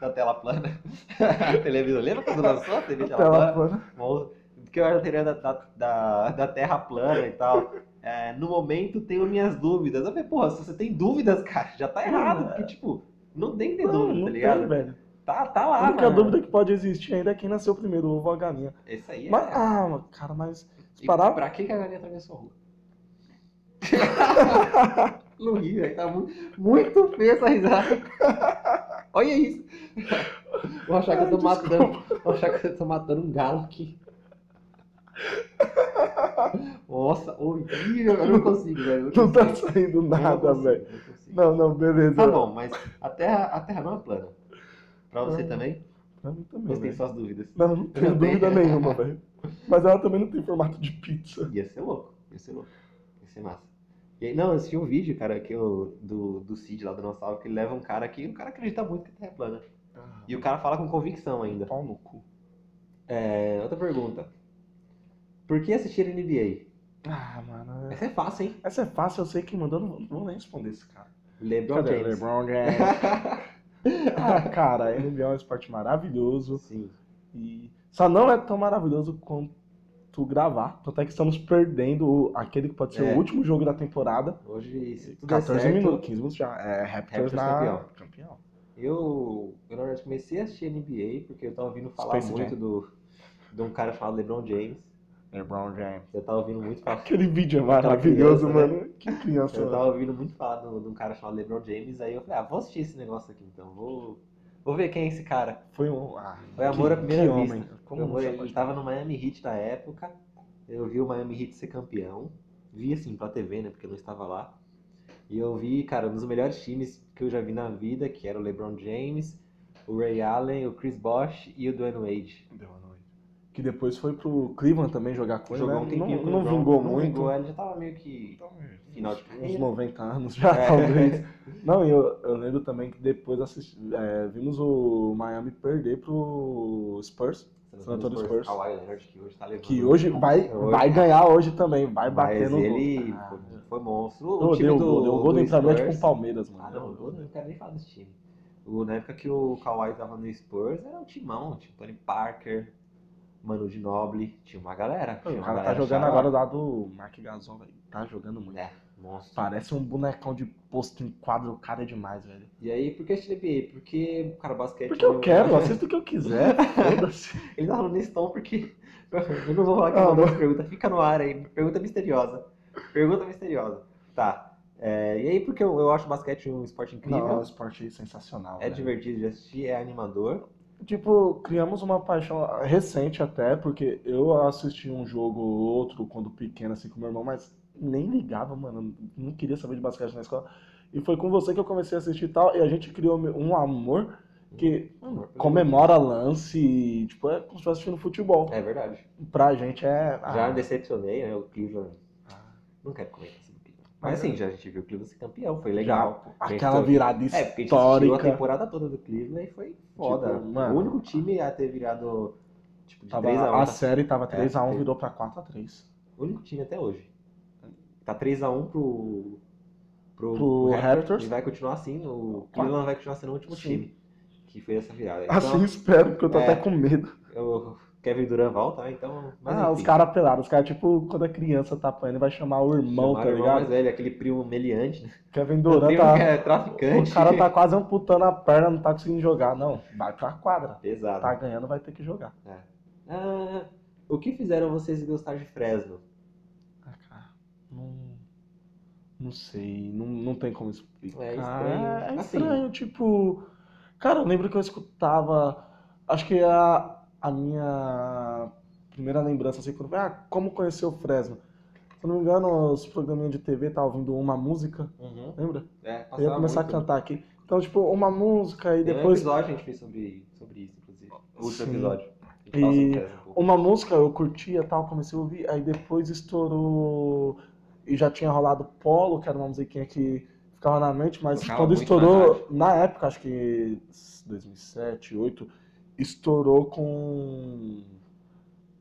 Speaker 2: da tela plana, televisão, lembra quando lançou a TV tela
Speaker 1: Tela
Speaker 2: plana?
Speaker 1: plana.
Speaker 2: Bom, O que eu acho da teoria da, da, da, da terra plana e tal, É, no momento tenho minhas dúvidas, eu falei, porra, se você tem dúvidas, cara, já tá errado, porque tipo, não tem que ter
Speaker 1: é. Não,
Speaker 2: dúvida,
Speaker 1: não
Speaker 2: tá
Speaker 1: tem,
Speaker 2: ligado?
Speaker 1: velho.
Speaker 2: Tá, tá
Speaker 1: A
Speaker 2: lá,
Speaker 1: única
Speaker 2: mano.
Speaker 1: dúvida que pode existir ainda é quem nasceu primeiro, o ovo ou a galinha.
Speaker 2: Isso aí é...
Speaker 1: Mas, ah, mano, cara, mas se
Speaker 2: E
Speaker 1: parar...
Speaker 2: Pra que que a galinha atravessou a rua? no Rio, aí tá muito, muito feia essa risada. Olha isso. Vou achar que eu tô
Speaker 1: Ai,
Speaker 2: matando. Vou achar que eu tô matando um galo aqui. Nossa, horrível. Eu não consigo, velho. eu
Speaker 1: Não tá
Speaker 2: consigo.
Speaker 1: saindo
Speaker 2: Eu não
Speaker 1: nada,
Speaker 2: consigo,
Speaker 1: velho.
Speaker 2: eu não consigo.
Speaker 1: Não, não, beleza.
Speaker 2: Tá bom, mas a terra, a terra não é plana. Pra você
Speaker 1: Ah,
Speaker 2: também?
Speaker 1: Pra mim também,
Speaker 2: Você tem
Speaker 1: velho.
Speaker 2: suas dúvidas.
Speaker 1: Não, não tenho
Speaker 2: Não tem?
Speaker 1: dúvida nenhuma, velho. Mas ela também não tem formato de pizza.
Speaker 2: Ia ser louco, ia ser louco. Ia ser massa. E aí, não, eu assisti um vídeo, cara, que eu, do, do Cid lá do Nosso Salve, que ele leva um cara que o cara acredita muito que a Terra é plana. E o cara fala com convicção ainda.
Speaker 1: Pau no cu.
Speaker 2: É, outra pergunta. Por que assistir NBA?
Speaker 1: Ah, mano. é-
Speaker 2: Essa é fácil, hein?
Speaker 1: Essa é fácil, eu sei quem mandou, não vou- não vou nem responder esse cara.
Speaker 2: LeBron
Speaker 1: Cadê?
Speaker 2: James.
Speaker 1: LeBron James. Ah, cara, NBA é um esporte maravilhoso.
Speaker 2: Sim.
Speaker 1: E só não é tão maravilhoso quanto gravar. Tanto é que estamos perdendo o- aquele que pode ser
Speaker 2: É.
Speaker 1: o último jogo da temporada.
Speaker 2: Hoje, se tudo
Speaker 1: 14
Speaker 2: der certo,
Speaker 1: minutos, 15 minutos já. É Raptors,
Speaker 2: Raptors
Speaker 1: na...
Speaker 2: campeão.
Speaker 1: campeão.
Speaker 2: Eu, eu, na verdade, comecei a assistir NBA porque eu tava ouvindo falar
Speaker 1: Space
Speaker 2: muito do, de um cara chamado LeBron James.
Speaker 1: LeBron James.
Speaker 2: Eu tava ouvindo muito falar
Speaker 1: Aquele vídeo é maravilhoso,
Speaker 2: criança, né?
Speaker 1: mano. Que criança.
Speaker 2: Eu
Speaker 1: mano.
Speaker 2: tava ouvindo muito falar de um cara chamado LeBron James, aí eu falei, ah, vou assistir esse negócio aqui então, vou, Vou ver quem é esse cara.
Speaker 1: Foi um. Ah,
Speaker 2: Foi amor
Speaker 1: que-
Speaker 2: à primeira
Speaker 1: que
Speaker 2: vista.
Speaker 1: homem. Como
Speaker 2: Eu
Speaker 1: você
Speaker 2: vou-
Speaker 1: pode-
Speaker 2: tava no Miami Heat na época. Eu vi o Miami Heat ser campeão. Vi assim pra TV, né? Porque eu não estava lá. E eu vi, cara, um dos melhores times que eu já vi na vida, que era o LeBron James, o Ray Allen, o Chris Bosh e o Dwayne Wade.
Speaker 1: Deu a noite. Que depois foi pro Cleveland também jogar com ele.
Speaker 2: Jogou
Speaker 1: né?
Speaker 2: um tempinho
Speaker 1: não,
Speaker 2: com o
Speaker 1: não
Speaker 2: LeBron,
Speaker 1: vingou
Speaker 2: não
Speaker 1: muito.
Speaker 2: vingou, é. ele já tava meio que
Speaker 1: Então, uns-
Speaker 2: Final de
Speaker 1: uns
Speaker 2: carreira.
Speaker 1: 90 anos já,
Speaker 2: É.
Speaker 1: talvez. Não, e eu, eu lembro também que depois assisti- é, vimos o Miami perder pro Spurs, San Antonio Spurs.
Speaker 2: Kawhi Leonard, que hoje tá levando.
Speaker 1: que hoje vai,
Speaker 2: É Hoje.
Speaker 1: vai ganhar hoje também, vai
Speaker 2: Mas
Speaker 1: bater no
Speaker 2: ele
Speaker 1: Ah,
Speaker 2: foi- foi monstro. O
Speaker 1: eu
Speaker 2: time
Speaker 1: odeio o
Speaker 2: do,
Speaker 1: Golden, o
Speaker 2: do
Speaker 1: Golden pra mim é
Speaker 2: Spurs-
Speaker 1: tipo o Palmeiras, mano.
Speaker 2: Ah, não, eu não quero nem falar desse time. O, na época que o Kawhi tava no Spurs, era um timão, tipo Tony Parker, Mano de Noble, tinha uma galera.
Speaker 1: Pô,
Speaker 2: tinha
Speaker 1: O
Speaker 2: uma
Speaker 1: cara tá
Speaker 2: galera
Speaker 1: jogando
Speaker 2: xarope.
Speaker 1: agora lá do Mark Gasol, velho. Tá jogando muito.
Speaker 2: É, monstro.
Speaker 1: Parece um bonecão de posto em quadro, o cara é demais, velho.
Speaker 2: E aí, por que esse NBA? Porque, cara, basquete...
Speaker 1: Porque eu
Speaker 2: não- tá
Speaker 1: quero, assim. assisto o que eu quiser, foda-se.
Speaker 2: Eles não nesse tom então, porque... Eu não vou falar que
Speaker 1: Ah,
Speaker 2: não mandou pergunta. Fica no ar aí. Pergunta misteriosa. Pergunta misteriosa. Tá. É, e aí, porque eu, eu acho basquete um esporte incrível.
Speaker 1: Não, é um esporte sensacional,
Speaker 2: é
Speaker 1: velho.
Speaker 2: divertido de assistir, é animador.
Speaker 1: Tipo, criamos uma paixão recente até, porque eu assisti um jogo ou outro quando pequeno, assim, com meu irmão, mas nem ligava, mano. Não queria saber de basquete na escola. E foi com você que eu comecei a assistir e tal, e a gente criou um amor que
Speaker 2: Amor pelo-
Speaker 1: comemora lance, e, tipo, é como se fosse assistindo futebol.
Speaker 2: É verdade.
Speaker 1: Pra gente é. ah,
Speaker 2: Já me decepcionei, né? O Cleveland.
Speaker 1: ah,
Speaker 2: Não quero comentar sobre o Cleveland. Mas
Speaker 1: Mas
Speaker 2: assim,
Speaker 1: eu-
Speaker 2: já a gente viu o Cleveland ser campeão, foi legal.
Speaker 1: já- Aquela virada
Speaker 2: É, porque a gente assistiu a
Speaker 1: histórica.
Speaker 2: temporada toda do Cleveland e foi foda.
Speaker 1: Tipo, mano-
Speaker 2: o único time a ter virado tipo, de
Speaker 1: Tava-
Speaker 2: 3 a É, 1
Speaker 1: a série tava 3x1,
Speaker 2: teve-
Speaker 1: virou pra 4x3.
Speaker 2: O único time até hoje. Tá 3x1 pro. Pro,
Speaker 1: Pro Raptors.
Speaker 2: E vai continuar assim. O
Speaker 1: Claro.
Speaker 2: Cleveland vai continuar sendo o último
Speaker 1: Sim.
Speaker 2: time. Que foi essa virada. Então,
Speaker 1: Assim espero, porque eu tô
Speaker 2: É.
Speaker 1: até com medo.
Speaker 2: o Kevin Durant volta, né? Então. Mas
Speaker 1: ah, os
Speaker 2: enfim.
Speaker 1: caras pelados, os caras, tipo, quando a criança tá apanhando, vai chamar o irmão,
Speaker 2: Chamaram
Speaker 1: tá
Speaker 2: o irmão
Speaker 1: ligado?
Speaker 2: mais velho, aquele primo meliante. Né?
Speaker 1: Kevin
Speaker 2: O
Speaker 1: Durant
Speaker 2: primo que
Speaker 1: tá.
Speaker 2: é traficante.
Speaker 1: O cara tá quase amputando a perna, não tá conseguindo jogar, não. Vai pra quadra.
Speaker 2: Pesado.
Speaker 1: Tá ganhando, vai ter que jogar.
Speaker 2: Ah, o que fizeram vocês gostar de Fresno?
Speaker 1: Ah, cara, não. Não sei, não, não tem como explicar.
Speaker 2: É estranho.
Speaker 1: É
Speaker 2: Assim.
Speaker 1: estranho, tipo. Cara, eu lembro que eu escutava. Acho que a, a minha primeira lembrança, assim, quando. Ah, como conheceu o Fresno? Se eu não me engano, os programinhas de TV estavam ouvindo uma música, lembra?
Speaker 2: É,
Speaker 1: Eu ia começar a cantar aqui. Então, tipo, uma música e
Speaker 2: Tem um
Speaker 1: depois.
Speaker 2: episódio que a gente fez sobre, sobre isso, inclusive. O último
Speaker 1: Sim.
Speaker 2: episódio. A gente fala
Speaker 1: E-
Speaker 2: sobre Fresno um pouco.
Speaker 1: Uma música eu curtia tal, comecei a ouvir, aí depois estourou. E já tinha rolado Polo, que era uma musiquinha que ficava na mente, mas
Speaker 2: Tocava
Speaker 1: quando
Speaker 2: muito na
Speaker 1: estourou,
Speaker 2: rádio.
Speaker 1: na época, acho que 2007, 2008, estourou com.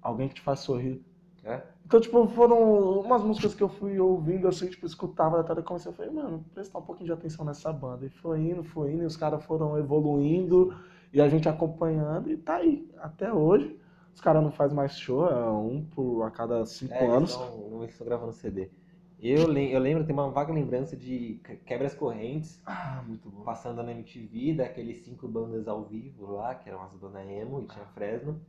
Speaker 1: Alguém que te faz sorrir.
Speaker 2: É?
Speaker 1: Então, tipo, foram umas músicas que eu fui ouvindo, assim, tipo, escutava da tarde e comecei a falar, mano, prestar um pouquinho de atenção nessa banda. E foi indo, foi indo, e os caras foram evoluindo, e a gente acompanhando, e tá aí, até hoje. Os caras não fazem mais show, é um por a cada cinco
Speaker 2: É, eles
Speaker 1: anos.
Speaker 2: estão- não estão gravando CD. Eu, lem- eu lembro, tem uma vaga lembrança de que- Quebras Correntes,
Speaker 1: Ah, muito bom.
Speaker 2: passando na MTV, daqueles cinco bandas ao vivo lá, que eram as bandas emo e tinha Fresno.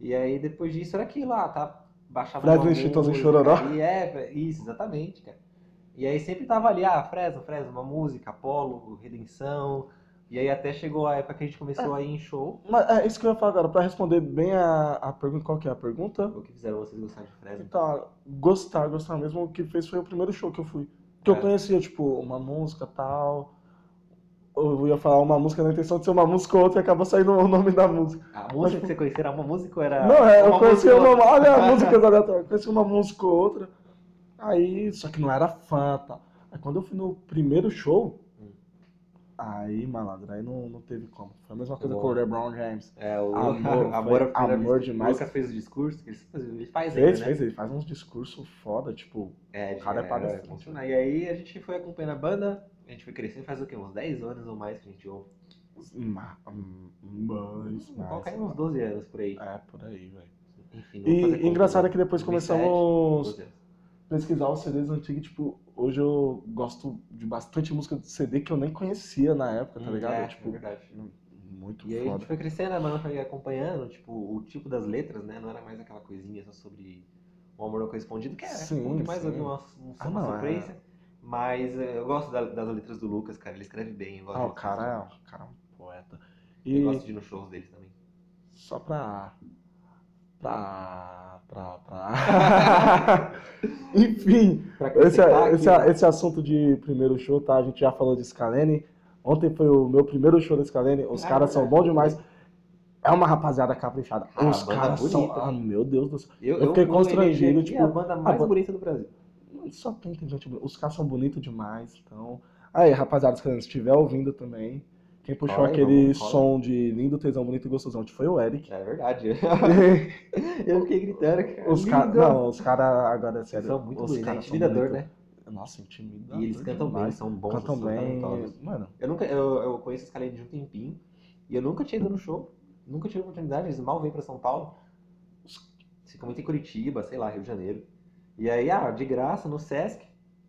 Speaker 2: E aí depois disso era aquilo lá, tá? Baixava
Speaker 1: Fresno,
Speaker 2: uma
Speaker 1: Chitãozinho e
Speaker 2: música
Speaker 1: Chororó.
Speaker 2: ali, é, isso, exatamente, cara. E aí sempre tava ali, ah, Fresno, Fresno, uma música, Apolo, Redenção. E aí até chegou a época que a gente começou a ir em show.
Speaker 1: Mas é isso que eu ia falar agora, pra responder bem a, a pergunta, qual que é a pergunta?
Speaker 2: O que fizeram vocês gostar de Fresno?
Speaker 1: Então, gostar, gostar mesmo, o que fez foi o primeiro show que eu fui. Que
Speaker 2: É.
Speaker 1: eu conhecia, tipo, uma música tal. Eu ia falar uma música na intenção de ser uma música ou outra e acaba saindo o nome da música.
Speaker 2: A música que você conhecia era uma música ou era.
Speaker 1: não, é,
Speaker 2: uma
Speaker 1: eu conhecia
Speaker 2: música
Speaker 1: uma.
Speaker 2: ou outra?
Speaker 1: Olha a música aleatória, eu conhecia uma música ou outra. Aí, só que não era fã, tá? Aí quando eu fui no primeiro show,
Speaker 2: Hum.
Speaker 1: aí, malandro, aí não, não teve como. Foi a mesma coisa
Speaker 2: Bom.
Speaker 1: com o LeBron James.
Speaker 2: É, o
Speaker 1: Amor,
Speaker 2: amor,
Speaker 1: foi
Speaker 2: à primeira
Speaker 1: amor
Speaker 2: vista.
Speaker 1: demais.
Speaker 2: O Lucas fez o discurso, que ele faz, ele faz ainda,
Speaker 1: Fez,
Speaker 2: né?
Speaker 1: fez, ele faz uns discursos foda, tipo,
Speaker 2: É,
Speaker 1: O cara é
Speaker 2: é,
Speaker 1: palestrante.
Speaker 2: emocionante. E aí a gente foi acompanhando a banda, a gente foi crescendo faz o quê? Uns 10 anos ou mais que a gente ouve.
Speaker 1: ma- mas,
Speaker 2: Hum, Coloca aí
Speaker 1: mas.
Speaker 2: uns 12 anos por aí.
Speaker 1: É, por aí, velho.
Speaker 2: Enfim, não vou fazer
Speaker 1: E
Speaker 2: conta,
Speaker 1: engraçado
Speaker 2: né?
Speaker 1: é que depois
Speaker 2: 2007,
Speaker 1: começamos
Speaker 2: 12 anos.
Speaker 1: a pesquisar os CDs antigos, tipo, hoje eu gosto de bastante música de CD que eu nem conhecia na época, tá
Speaker 2: Hum,
Speaker 1: ligado?
Speaker 2: É,
Speaker 1: tipo,
Speaker 2: é verdade.
Speaker 1: muito
Speaker 2: E aí a
Speaker 1: foda.
Speaker 2: gente foi crescendo, a banda foi acompanhando, tipo, o tipo das letras, né? Não era mais aquela coisinha só sobre o amor não correspondido, que é
Speaker 1: Sim,
Speaker 2: muito mais
Speaker 1: sim.
Speaker 2: ouvir uma, um-
Speaker 1: Ah,
Speaker 2: uma
Speaker 1: não, é.
Speaker 2: sofrência. Mas eh, eu gosto da- das letras do Lucas, cara, ele escreve bem. eu gosto
Speaker 1: Ah, o
Speaker 2: das
Speaker 1: cara é um, o cara é um poeta.
Speaker 2: Eu
Speaker 1: E
Speaker 2: gosto de ir nos shows deles também.
Speaker 1: só pra. pra. pra. pra. Enfim,
Speaker 2: Pra
Speaker 1: esse, é-
Speaker 2: acrescentar aqui,
Speaker 1: esse, esse assunto de primeiro show, tá? A gente já falou de Scalene. Ontem foi o meu primeiro show da Scalene. Os
Speaker 2: Ah,
Speaker 1: caras são
Speaker 2: é.
Speaker 1: bons demais. É uma rapaziada caprichada.
Speaker 2: Ah,
Speaker 1: Os
Speaker 2: banda
Speaker 1: caras são.
Speaker 2: bonita.
Speaker 1: Ah, meu Deus do céu.
Speaker 2: eu,
Speaker 1: eu fiquei
Speaker 2: fui no
Speaker 1: constrangido,
Speaker 2: NGG,
Speaker 1: tipo,
Speaker 2: é a banda mais
Speaker 1: ban-
Speaker 2: bonita do Brasil.
Speaker 1: Só tem, tem gente bonita. Os caras são bonitos demais, então. Aí, rapaziada, se estiver ouvindo também, quem puxou
Speaker 2: Cola aí,
Speaker 1: aquele
Speaker 2: vamos, cola.
Speaker 1: som de lindo, tesão, bonito e gostosão foi o Eric.
Speaker 2: É verdade. Eu fiquei gritando, cara.
Speaker 1: Os caras.
Speaker 2: Lindo.
Speaker 1: Não, os caras, agora é sério.
Speaker 2: São muito
Speaker 1: os
Speaker 2: bonitos, é
Speaker 1: caras são
Speaker 2: intimidador,
Speaker 1: bonitos.
Speaker 2: né?
Speaker 1: Nossa, intimidador.
Speaker 2: E eles cantam bem,
Speaker 1: demais.
Speaker 2: são bons,
Speaker 1: Cantam
Speaker 2: são
Speaker 1: bem.
Speaker 2: talentosos.
Speaker 1: Mano,
Speaker 2: Eu nunca, eu, eu conheço esse cara de um tempinho e eu nunca tinha ido no show, nunca tive oportunidade, eles mal vêm pra São Paulo. Ficam muito em Curitiba, sei lá, Rio de Janeiro. E aí, ah, de graça, no Sesc,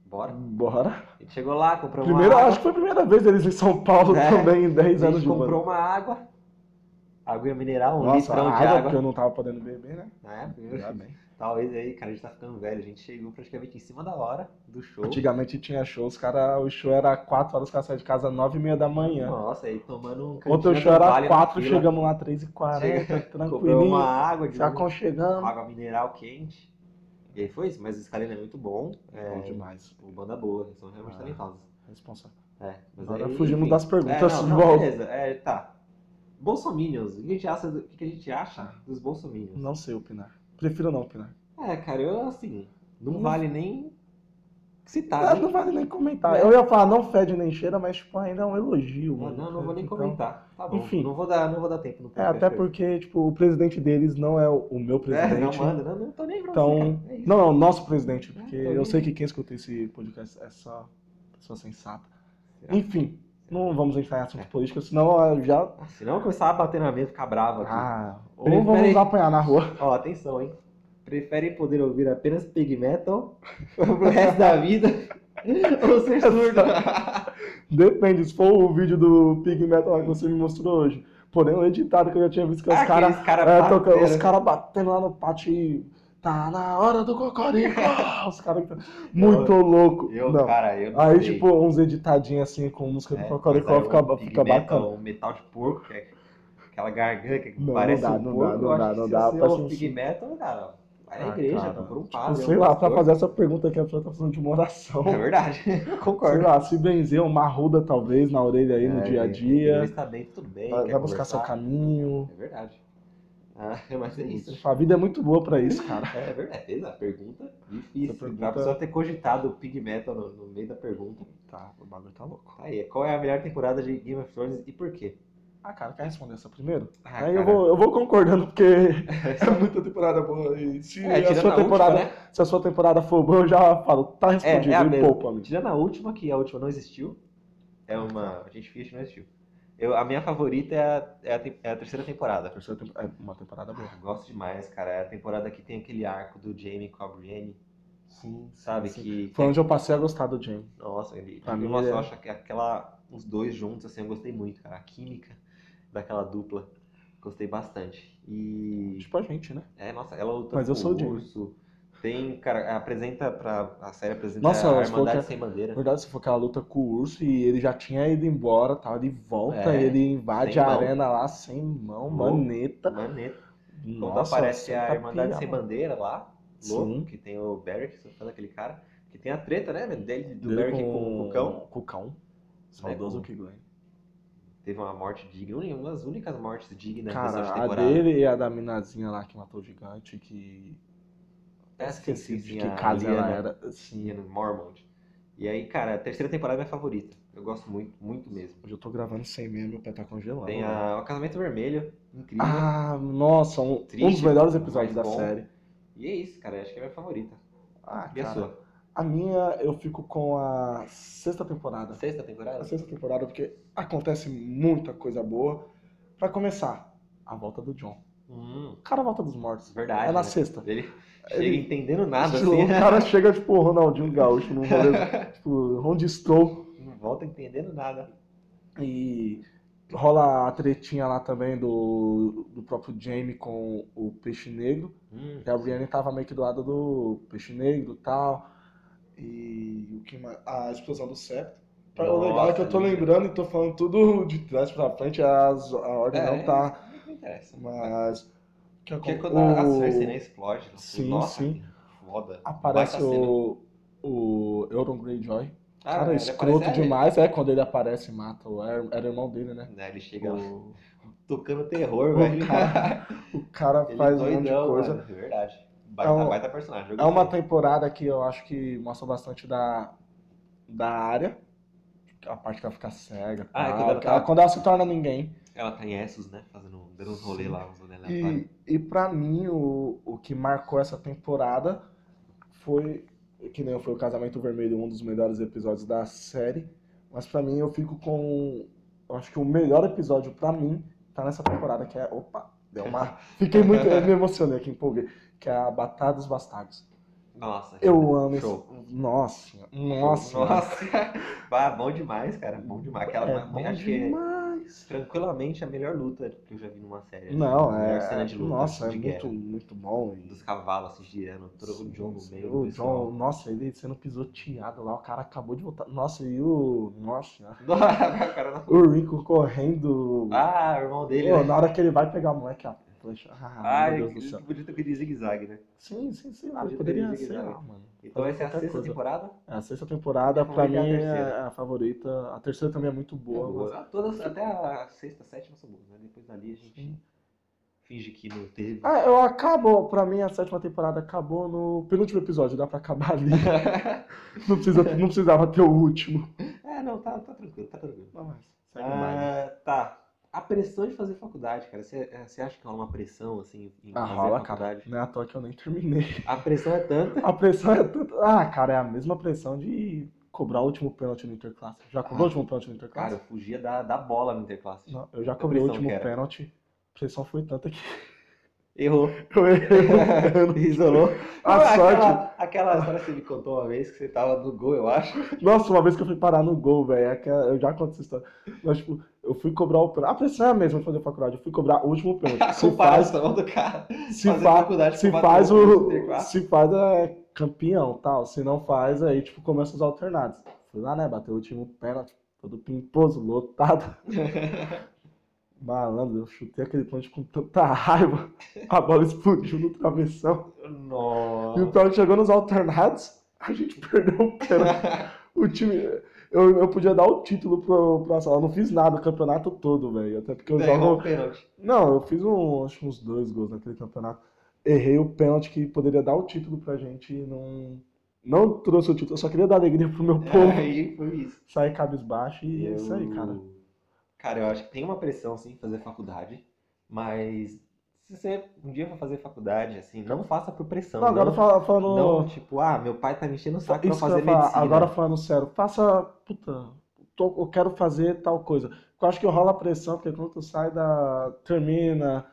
Speaker 2: bora.
Speaker 1: bora.
Speaker 2: A gente chegou lá, comprou
Speaker 1: Primeiro,
Speaker 2: uma água.
Speaker 1: acho que foi a primeira vez eles em São Paulo
Speaker 2: É.
Speaker 1: também, em 10
Speaker 2: a
Speaker 1: anos
Speaker 2: gente
Speaker 1: de banda.
Speaker 2: comprou uma água, água mineral, um
Speaker 1: Nossa,
Speaker 2: litrão
Speaker 1: a
Speaker 2: de
Speaker 1: água,
Speaker 2: água.
Speaker 1: porque eu não tava podendo beber, né?
Speaker 2: né?
Speaker 1: Ainda bem.
Speaker 2: Talvez aí, cara, a gente tá ficando velho. A gente chegou praticamente em cima da hora do show.
Speaker 1: Antigamente tinha show, os cara, o show era 4 horas, os caras saíam de casa 9 e meia da manhã.
Speaker 2: Nossa, aí tomando um
Speaker 1: Ontem o
Speaker 2: cantinho
Speaker 1: né? show
Speaker 2: do
Speaker 1: era
Speaker 2: vale na
Speaker 1: 4,
Speaker 2: fila,
Speaker 1: chegamos lá 3h40,
Speaker 2: Comprou uma
Speaker 1: tranquilinho,
Speaker 2: água de
Speaker 1: se aconchegamos.
Speaker 2: água mineral quente. E aí foi isso, mas o Scalene é muito bom. É,
Speaker 1: Bom demais,
Speaker 2: o banda boa, eles são realmente
Speaker 1: Ah.
Speaker 2: talentosos.
Speaker 1: responsável.
Speaker 2: É, mas
Speaker 1: Agora
Speaker 2: aí,
Speaker 1: fugimos
Speaker 2: enfim.
Speaker 1: das
Speaker 2: É,
Speaker 1: perguntas,
Speaker 2: não, não,
Speaker 1: volta.
Speaker 2: beleza, é, tá. Bolsominions, o que a gente acha, do- o que a gente acha dos Bolsominions?
Speaker 1: Não sei opinar, prefiro não opinar.
Speaker 2: É, cara, eu assim, não,
Speaker 1: Não-
Speaker 2: vale nem citar.
Speaker 1: Ah,
Speaker 2: né?
Speaker 1: não vale nem comentar, eu ia falar não fede nem cheira, mas tipo, ainda é um elogio.
Speaker 2: Não,
Speaker 1: mano.
Speaker 2: não, não vou nem
Speaker 1: Então,
Speaker 2: comentar. Tá bom.
Speaker 1: enfim.
Speaker 2: Não vou dar, não vou dar tempo no
Speaker 1: É,
Speaker 2: podcast
Speaker 1: até
Speaker 2: hoje.
Speaker 1: porque tipo, o presidente deles não é o o meu
Speaker 2: É, não
Speaker 1: presidente. né?
Speaker 2: manda, não, não tô nem pra
Speaker 1: Então,
Speaker 2: você, cara. É isso.
Speaker 1: Não, é o nosso presidente,
Speaker 2: É,
Speaker 1: porque
Speaker 2: então
Speaker 1: eu
Speaker 2: nem-
Speaker 1: sei que quem escuta esse podcast é só pessoa sensata.
Speaker 2: Será?
Speaker 1: Enfim, não vamos entrar em
Speaker 2: É.
Speaker 1: assuntos políticos, senão eu já
Speaker 2: Ah, senão eu vou começar a bater na mesa e ficar bravo aqui.
Speaker 1: Ah, ou
Speaker 2: Prefere-
Speaker 1: vamos apanhar na rua.
Speaker 2: Ó, atenção, hein? Preferem poder ouvir apenas Pig Metal pro resto da vida ou ser surdo?
Speaker 1: Depende, se for o vídeo do Pig Metal que você me mostrou hoje. Porém, o editado que eu já tinha visto que os caras
Speaker 2: Aqueles Ah, cara
Speaker 1: é, tocando-
Speaker 2: bateram.
Speaker 1: os cara batendo lá no pátio e. Tá na hora do cocorico! os caras. Muito louco!
Speaker 2: Eu,
Speaker 1: não.
Speaker 2: cara, eu não
Speaker 1: Aí,
Speaker 2: sei.
Speaker 1: tipo, uns editadinhos assim com música do
Speaker 2: É, mas
Speaker 1: Cocoricó
Speaker 2: aí
Speaker 1: fica,
Speaker 2: o é Pig
Speaker 1: fica
Speaker 2: Metal,
Speaker 1: bacana.
Speaker 2: o metal de porco, que é aquela garganta que
Speaker 1: Não, não
Speaker 2: parece
Speaker 1: dá,
Speaker 2: um
Speaker 1: não dá,
Speaker 2: porco.
Speaker 1: não
Speaker 2: eu
Speaker 1: dá,
Speaker 2: acho
Speaker 1: não
Speaker 2: que
Speaker 1: dá,
Speaker 2: se você é
Speaker 1: parece
Speaker 2: um
Speaker 1: um-
Speaker 2: Pig Metal, cara, vai na
Speaker 1: Ah,
Speaker 2: igreja,
Speaker 1: cara,
Speaker 2: procura um
Speaker 1: tipo,
Speaker 2: padre.
Speaker 1: sei
Speaker 2: um
Speaker 1: lá, pra
Speaker 2: pastor.
Speaker 1: fazer um essa pergunta aqui, a pessoa tá precisando de uma oração.
Speaker 2: É verdade, eu
Speaker 1: Sei
Speaker 2: concordo.
Speaker 1: lá, se benzer uma ruda talvez na orelha aí no
Speaker 2: É,
Speaker 1: dia a
Speaker 2: ele-
Speaker 1: dia.
Speaker 2: Ele está bem, tudo bem.
Speaker 1: Vai
Speaker 2: quer
Speaker 1: vai buscar seu
Speaker 2: conversar.
Speaker 1: caminho.
Speaker 2: É verdade. Ah, mas é isso.
Speaker 1: A vida é muito boa pra isso, cara.
Speaker 2: É verdade. Essa pergunta difícil.
Speaker 1: Essa pergunta-
Speaker 2: Pra pessoa ter cogitado o Pig Metal no, no meio da pergunta.
Speaker 1: Tá, o bagulho tá louco.
Speaker 2: Tá aí. Qual é a melhor temporada de Game of Thrones e por quê?
Speaker 1: Ah, cara, quer responder essa primeiro?
Speaker 2: Ah,
Speaker 1: Aí
Speaker 2: cara,
Speaker 1: eu vou, eu vou concordando, porque é muita temporada boa. E se,
Speaker 2: É,
Speaker 1: a
Speaker 2: tirando
Speaker 1: sua
Speaker 2: a
Speaker 1: temporada,
Speaker 2: última, né?
Speaker 1: se a sua temporada for boa, eu já falo, tá respondido,
Speaker 2: É, é a
Speaker 1: e
Speaker 2: mesma.
Speaker 1: poupa, amigo.
Speaker 2: Tirando a última, que a última não existiu. É uma. A gente finge que não existiu. Eu, a minha favorita é a, é a tem- é a terceira temporada.
Speaker 1: Terceira tempo- É uma temporada boa.
Speaker 2: Eu gosto demais, cara. É a temporada que tem aquele arco do Jamie com a Brienne,
Speaker 1: Sim,
Speaker 2: sabe? Que, que
Speaker 1: Foi onde eu passei a gostar do Jamie.
Speaker 2: Nossa, ele.
Speaker 1: Pra mim,
Speaker 2: nossa,
Speaker 1: ele é-
Speaker 2: eu acho que aquela. Os dois juntos, assim, eu gostei muito, cara. A química daquela dupla. Gostei bastante. E.
Speaker 1: Tipo a gente, né?
Speaker 2: É, nossa, ela luta
Speaker 1: Mas eu
Speaker 2: com
Speaker 1: sou o
Speaker 2: o
Speaker 1: Jamie.
Speaker 2: urso. Tem, cara, apresenta pra. A série apresenta
Speaker 1: Nossa,
Speaker 2: a
Speaker 1: elas
Speaker 2: Irmandade
Speaker 1: colocaram-
Speaker 2: Sem
Speaker 1: Na
Speaker 2: Bandeira.
Speaker 1: É verdade, se for aquela luta com o urso e ele já tinha ido embora, tal, ele volta,
Speaker 2: É,
Speaker 1: ele invade
Speaker 2: sem
Speaker 1: a
Speaker 2: mão.
Speaker 1: arena lá sem mão,
Speaker 2: Louco.
Speaker 1: maneta.
Speaker 2: Maneta. Quando
Speaker 1: Nossa, tá
Speaker 2: aparece a
Speaker 1: senta
Speaker 2: Irmandade
Speaker 1: piaba.
Speaker 2: Sem Bandeira lá,
Speaker 1: Sim.
Speaker 2: louco, que tem o Barrick, sou fã daquele cara. Que tem a treta, né, velho? Dele, do
Speaker 1: Dele
Speaker 2: Barrick com... com o cão.
Speaker 1: Com o cão. Saudoso
Speaker 2: com-
Speaker 1: que ganha.
Speaker 2: Teve uma morte digna, uma das únicas mortes dignas dessa
Speaker 1: Cara, a
Speaker 2: temporada.
Speaker 1: dele e a da minazinha lá que matou o gigante, que.
Speaker 2: É,
Speaker 1: Esqueci de
Speaker 2: sim,
Speaker 1: que
Speaker 2: a
Speaker 1: casa ela
Speaker 2: Liana.
Speaker 1: era. Assim,
Speaker 2: Tinha no Mormont. E aí, cara, a terceira temporada é minha favorita. Eu gosto muito, muito mesmo.
Speaker 1: hoje eu tô gravando sem meia, meu pé tá congelado.
Speaker 2: Tem a, o Casamento Vermelho, incrível.
Speaker 1: Ah, nossa, um, um dos
Speaker 2: Triste,
Speaker 1: melhores episódios
Speaker 2: mas
Speaker 1: da
Speaker 2: bom.
Speaker 1: série.
Speaker 2: E é isso, cara. Acho que é a minha favorita.
Speaker 1: Ah,
Speaker 2: E a
Speaker 1: cara,
Speaker 2: sua?
Speaker 1: a minha eu fico com a sexta temporada.
Speaker 2: Sexta
Speaker 1: A
Speaker 2: temporada?
Speaker 1: sexta temporada, porque acontece muita coisa boa. Pra começar, a volta do John.
Speaker 2: Hum,
Speaker 1: O cara volta dos mortos.
Speaker 2: verdade.
Speaker 1: É na
Speaker 2: né?
Speaker 1: sexta.
Speaker 2: Ele chega
Speaker 1: Ele-
Speaker 2: entendendo nada,
Speaker 1: O
Speaker 2: assim.
Speaker 1: cara chega, tipo, o Ronaldinho Gaúcho no rolê. tipo, onde estou?
Speaker 2: Não volta entendendo nada.
Speaker 1: E rola a tretinha lá também do, do próprio Jamie com o Peixe Negro.
Speaker 2: Hum,
Speaker 1: E a Brienne tava meio que do lado do Peixe Negro e tal. E o que mais? A explosão do septo. O legal é que eu tô
Speaker 2: Nossa, linda.
Speaker 1: lembrando e tô falando tudo de trás pra frente, as- a ordem
Speaker 2: É,
Speaker 1: não tá.
Speaker 2: Não interessa.
Speaker 1: Mas. O que
Speaker 2: Porque
Speaker 1: acon-
Speaker 2: é quando a
Speaker 1: o-
Speaker 2: Cersei né, explode, eu falei,
Speaker 1: Sim,
Speaker 2: nossa,
Speaker 1: sim.
Speaker 2: que foda.
Speaker 1: Aparece
Speaker 2: Baita cena.
Speaker 1: o. O Euron Greyjoy.
Speaker 2: Ah,
Speaker 1: Cara,
Speaker 2: ele
Speaker 1: escroto
Speaker 2: aparece- é,
Speaker 1: demais. É, quando ele aparece e mata. o- Era, era irmão dele, né?
Speaker 2: ele- né, Ele chega lá
Speaker 1: O,
Speaker 2: tocando terror,
Speaker 1: O
Speaker 2: velho.
Speaker 1: cara o cara
Speaker 2: Ele
Speaker 1: faz um monte de
Speaker 2: doidão,
Speaker 1: coisa.
Speaker 2: mano, é verdade. Baita,
Speaker 1: É um-
Speaker 2: baita personagem. eu
Speaker 1: É uma
Speaker 2: gostei.
Speaker 1: temporada que eu acho que mostra bastante da, da área. A parte que ela fica cega.
Speaker 2: Ah, é
Speaker 1: tal,
Speaker 2: quando ela
Speaker 1: que
Speaker 2: tá-
Speaker 1: ela- quando ela se torna ninguém.
Speaker 2: Ela tá em Essos, né? Fazendo, dando uns rolê
Speaker 1: Sim.
Speaker 2: lá, uns rolê aleatórios.
Speaker 1: E, e para mim, o, o que marcou essa temporada foi, que nem foi o Casamento Vermelho, um dos melhores episódios da série. Mas pra mim, eu fico com. Eu acho que o melhor episódio pra mim tá nessa temporada, que é. Opa, deu uma. Fiquei muito. Eu me emocionei aqui, empolguei. Que é a Batalha dos Bastardos.
Speaker 2: Nossa,
Speaker 1: Eu amo esse.
Speaker 2: Show.
Speaker 1: Nossa, nossa.
Speaker 2: Nossa. Bah, bom demais, cara. Bom demais. Aquela,
Speaker 1: É bom
Speaker 2: acho que
Speaker 1: demais.
Speaker 2: é tranquilamente a melhor luta que eu já vi numa série. né?
Speaker 1: Não,
Speaker 2: A
Speaker 1: é.
Speaker 2: melhor cena de luta,
Speaker 1: nossa,
Speaker 2: de
Speaker 1: é
Speaker 2: guerra.
Speaker 1: muito, muito bom. e-
Speaker 2: Dos cavalos se girando, todo o John no meio.
Speaker 1: O
Speaker 2: do
Speaker 1: John,
Speaker 2: pessoal.
Speaker 1: nossa, ele sendo pisoteado lá, o cara acabou de voltar. Nossa, e o. Nossa,
Speaker 2: Nossa, cara, não-
Speaker 1: o Rico correndo.
Speaker 2: Ah, o irmão dele.
Speaker 1: Pô,
Speaker 2: né?
Speaker 1: na hora que ele vai pegar o moleque, a flecha. Ah,
Speaker 2: Ai,
Speaker 1: meu Deus do céu.
Speaker 2: ele podia ter aquele zigue-zague, né?
Speaker 1: Sim, sim, sim, lá,
Speaker 2: Podia ter
Speaker 1: poderia
Speaker 2: ele
Speaker 1: ser
Speaker 2: ligado.
Speaker 1: lá, mano.
Speaker 2: Então
Speaker 1: Fazer
Speaker 2: essa é a
Speaker 1: qualquer
Speaker 2: sexta
Speaker 1: coisa.
Speaker 2: temporada?
Speaker 1: É, a sexta temporada,
Speaker 2: Minha
Speaker 1: pra mim,
Speaker 2: favorita é a
Speaker 1: é
Speaker 2: terceira.
Speaker 1: a favorita. A terceira também é muito boa. mas-
Speaker 2: Ah, Todas, até a sexta, sétima são boas, né? Depois dali a gente
Speaker 1: Sim.
Speaker 2: finge que não teve.
Speaker 1: Ah, eu acabo, pra mim a sétima temporada acabou no penúltimo episódio, dá pra acabar ali. Não, precisa, não precisava ter o último.
Speaker 2: é, não, tá, tá tranquilo, tá tranquilo.
Speaker 1: Não, mas segue mais.
Speaker 2: Ah, tá. A pressão de fazer faculdade, cara. Você eh, você acha que rola uma pressão, assim, em
Speaker 1: Ah,
Speaker 2: fazer
Speaker 1: rola, cara.
Speaker 2: faculdade?
Speaker 1: Não é à toa que eu nem terminei.
Speaker 2: A pressão é tanta.
Speaker 1: A pressão é tanto. Ah, cara, é a mesma pressão de cobrar o último pênalti no Interclasse. Já cobrou
Speaker 2: Ah.
Speaker 1: o último pênalti no
Speaker 2: Cara,
Speaker 1: Interclasse?
Speaker 2: eu fugia da, da bola no interclasse.
Speaker 1: Não, eu já
Speaker 2: a
Speaker 1: cobrei o
Speaker 2: pressão
Speaker 1: último
Speaker 2: que era.
Speaker 1: pênalti. A pressão foi tanta que
Speaker 2: Errou.
Speaker 1: eu errei o pênalti.
Speaker 2: Isolou.
Speaker 1: A
Speaker 2: Ah,
Speaker 1: sorte.
Speaker 2: Aquela, aquela história que você me contou uma vez, que você tava no gol, eu acho.
Speaker 1: Nossa, uma vez que eu fui parar no gol, velho. é que Eu já conto essa história. Mas, tipo, eu fui cobrar o pênalti. A pressão é a mesma de fazer faculdade. Eu fui cobrar o último
Speaker 2: A
Speaker 1: pênalti. Se faz,
Speaker 2: comparação do cara.
Speaker 1: se
Speaker 2: fazer
Speaker 1: faz,
Speaker 2: faculdade
Speaker 1: se
Speaker 2: com
Speaker 1: faz
Speaker 2: bater
Speaker 1: o.
Speaker 2: no Interclasse.
Speaker 1: Se faz é campeão tal. Se não faz, aí tipo, começa os alternados. Fui lá, né? Bateu o último pênalti, todo pimposo, lotado. Malandro, eu chutei aquele pênalti com tanta raiva. A bola explodiu no travessão. E o
Speaker 2: Nossa.
Speaker 1: pior é que chegou nos alternados, a gente perdeu o pênalti. O time. Eu, eu podia dar o título pro, pra sala. Eu não fiz nada o campeonato todo, velho. Até porque eu jogo.
Speaker 2: Errou o pênalti.
Speaker 1: Não, eu fiz um, acho que uns dois gols naquele campeonato. Errei o pênalti que poderia dar o título pra gente e não, não trouxe o título. Eu só queria dar alegria pro meu povo.
Speaker 2: Aí foi isso.
Speaker 1: Saí cabisbaixo um e é isso aí,
Speaker 2: É. Eu-
Speaker 1: cara.
Speaker 2: Cara, eu acho que tem uma pressão, sim, fazer faculdade. Mas se você um dia for fazer faculdade, assim, não faça por pressão.
Speaker 1: Não, agora
Speaker 2: não,
Speaker 1: fala- falando.
Speaker 2: não, tipo, ah, meu pai tá me enchendo o saco pra
Speaker 1: isso que eu
Speaker 2: fazer
Speaker 1: ia falar,
Speaker 2: medicina.
Speaker 1: Agora falando sério, faça. Puta, tô- eu quero fazer tal coisa. Eu acho que rola pressão, porque quando tu sai da. termina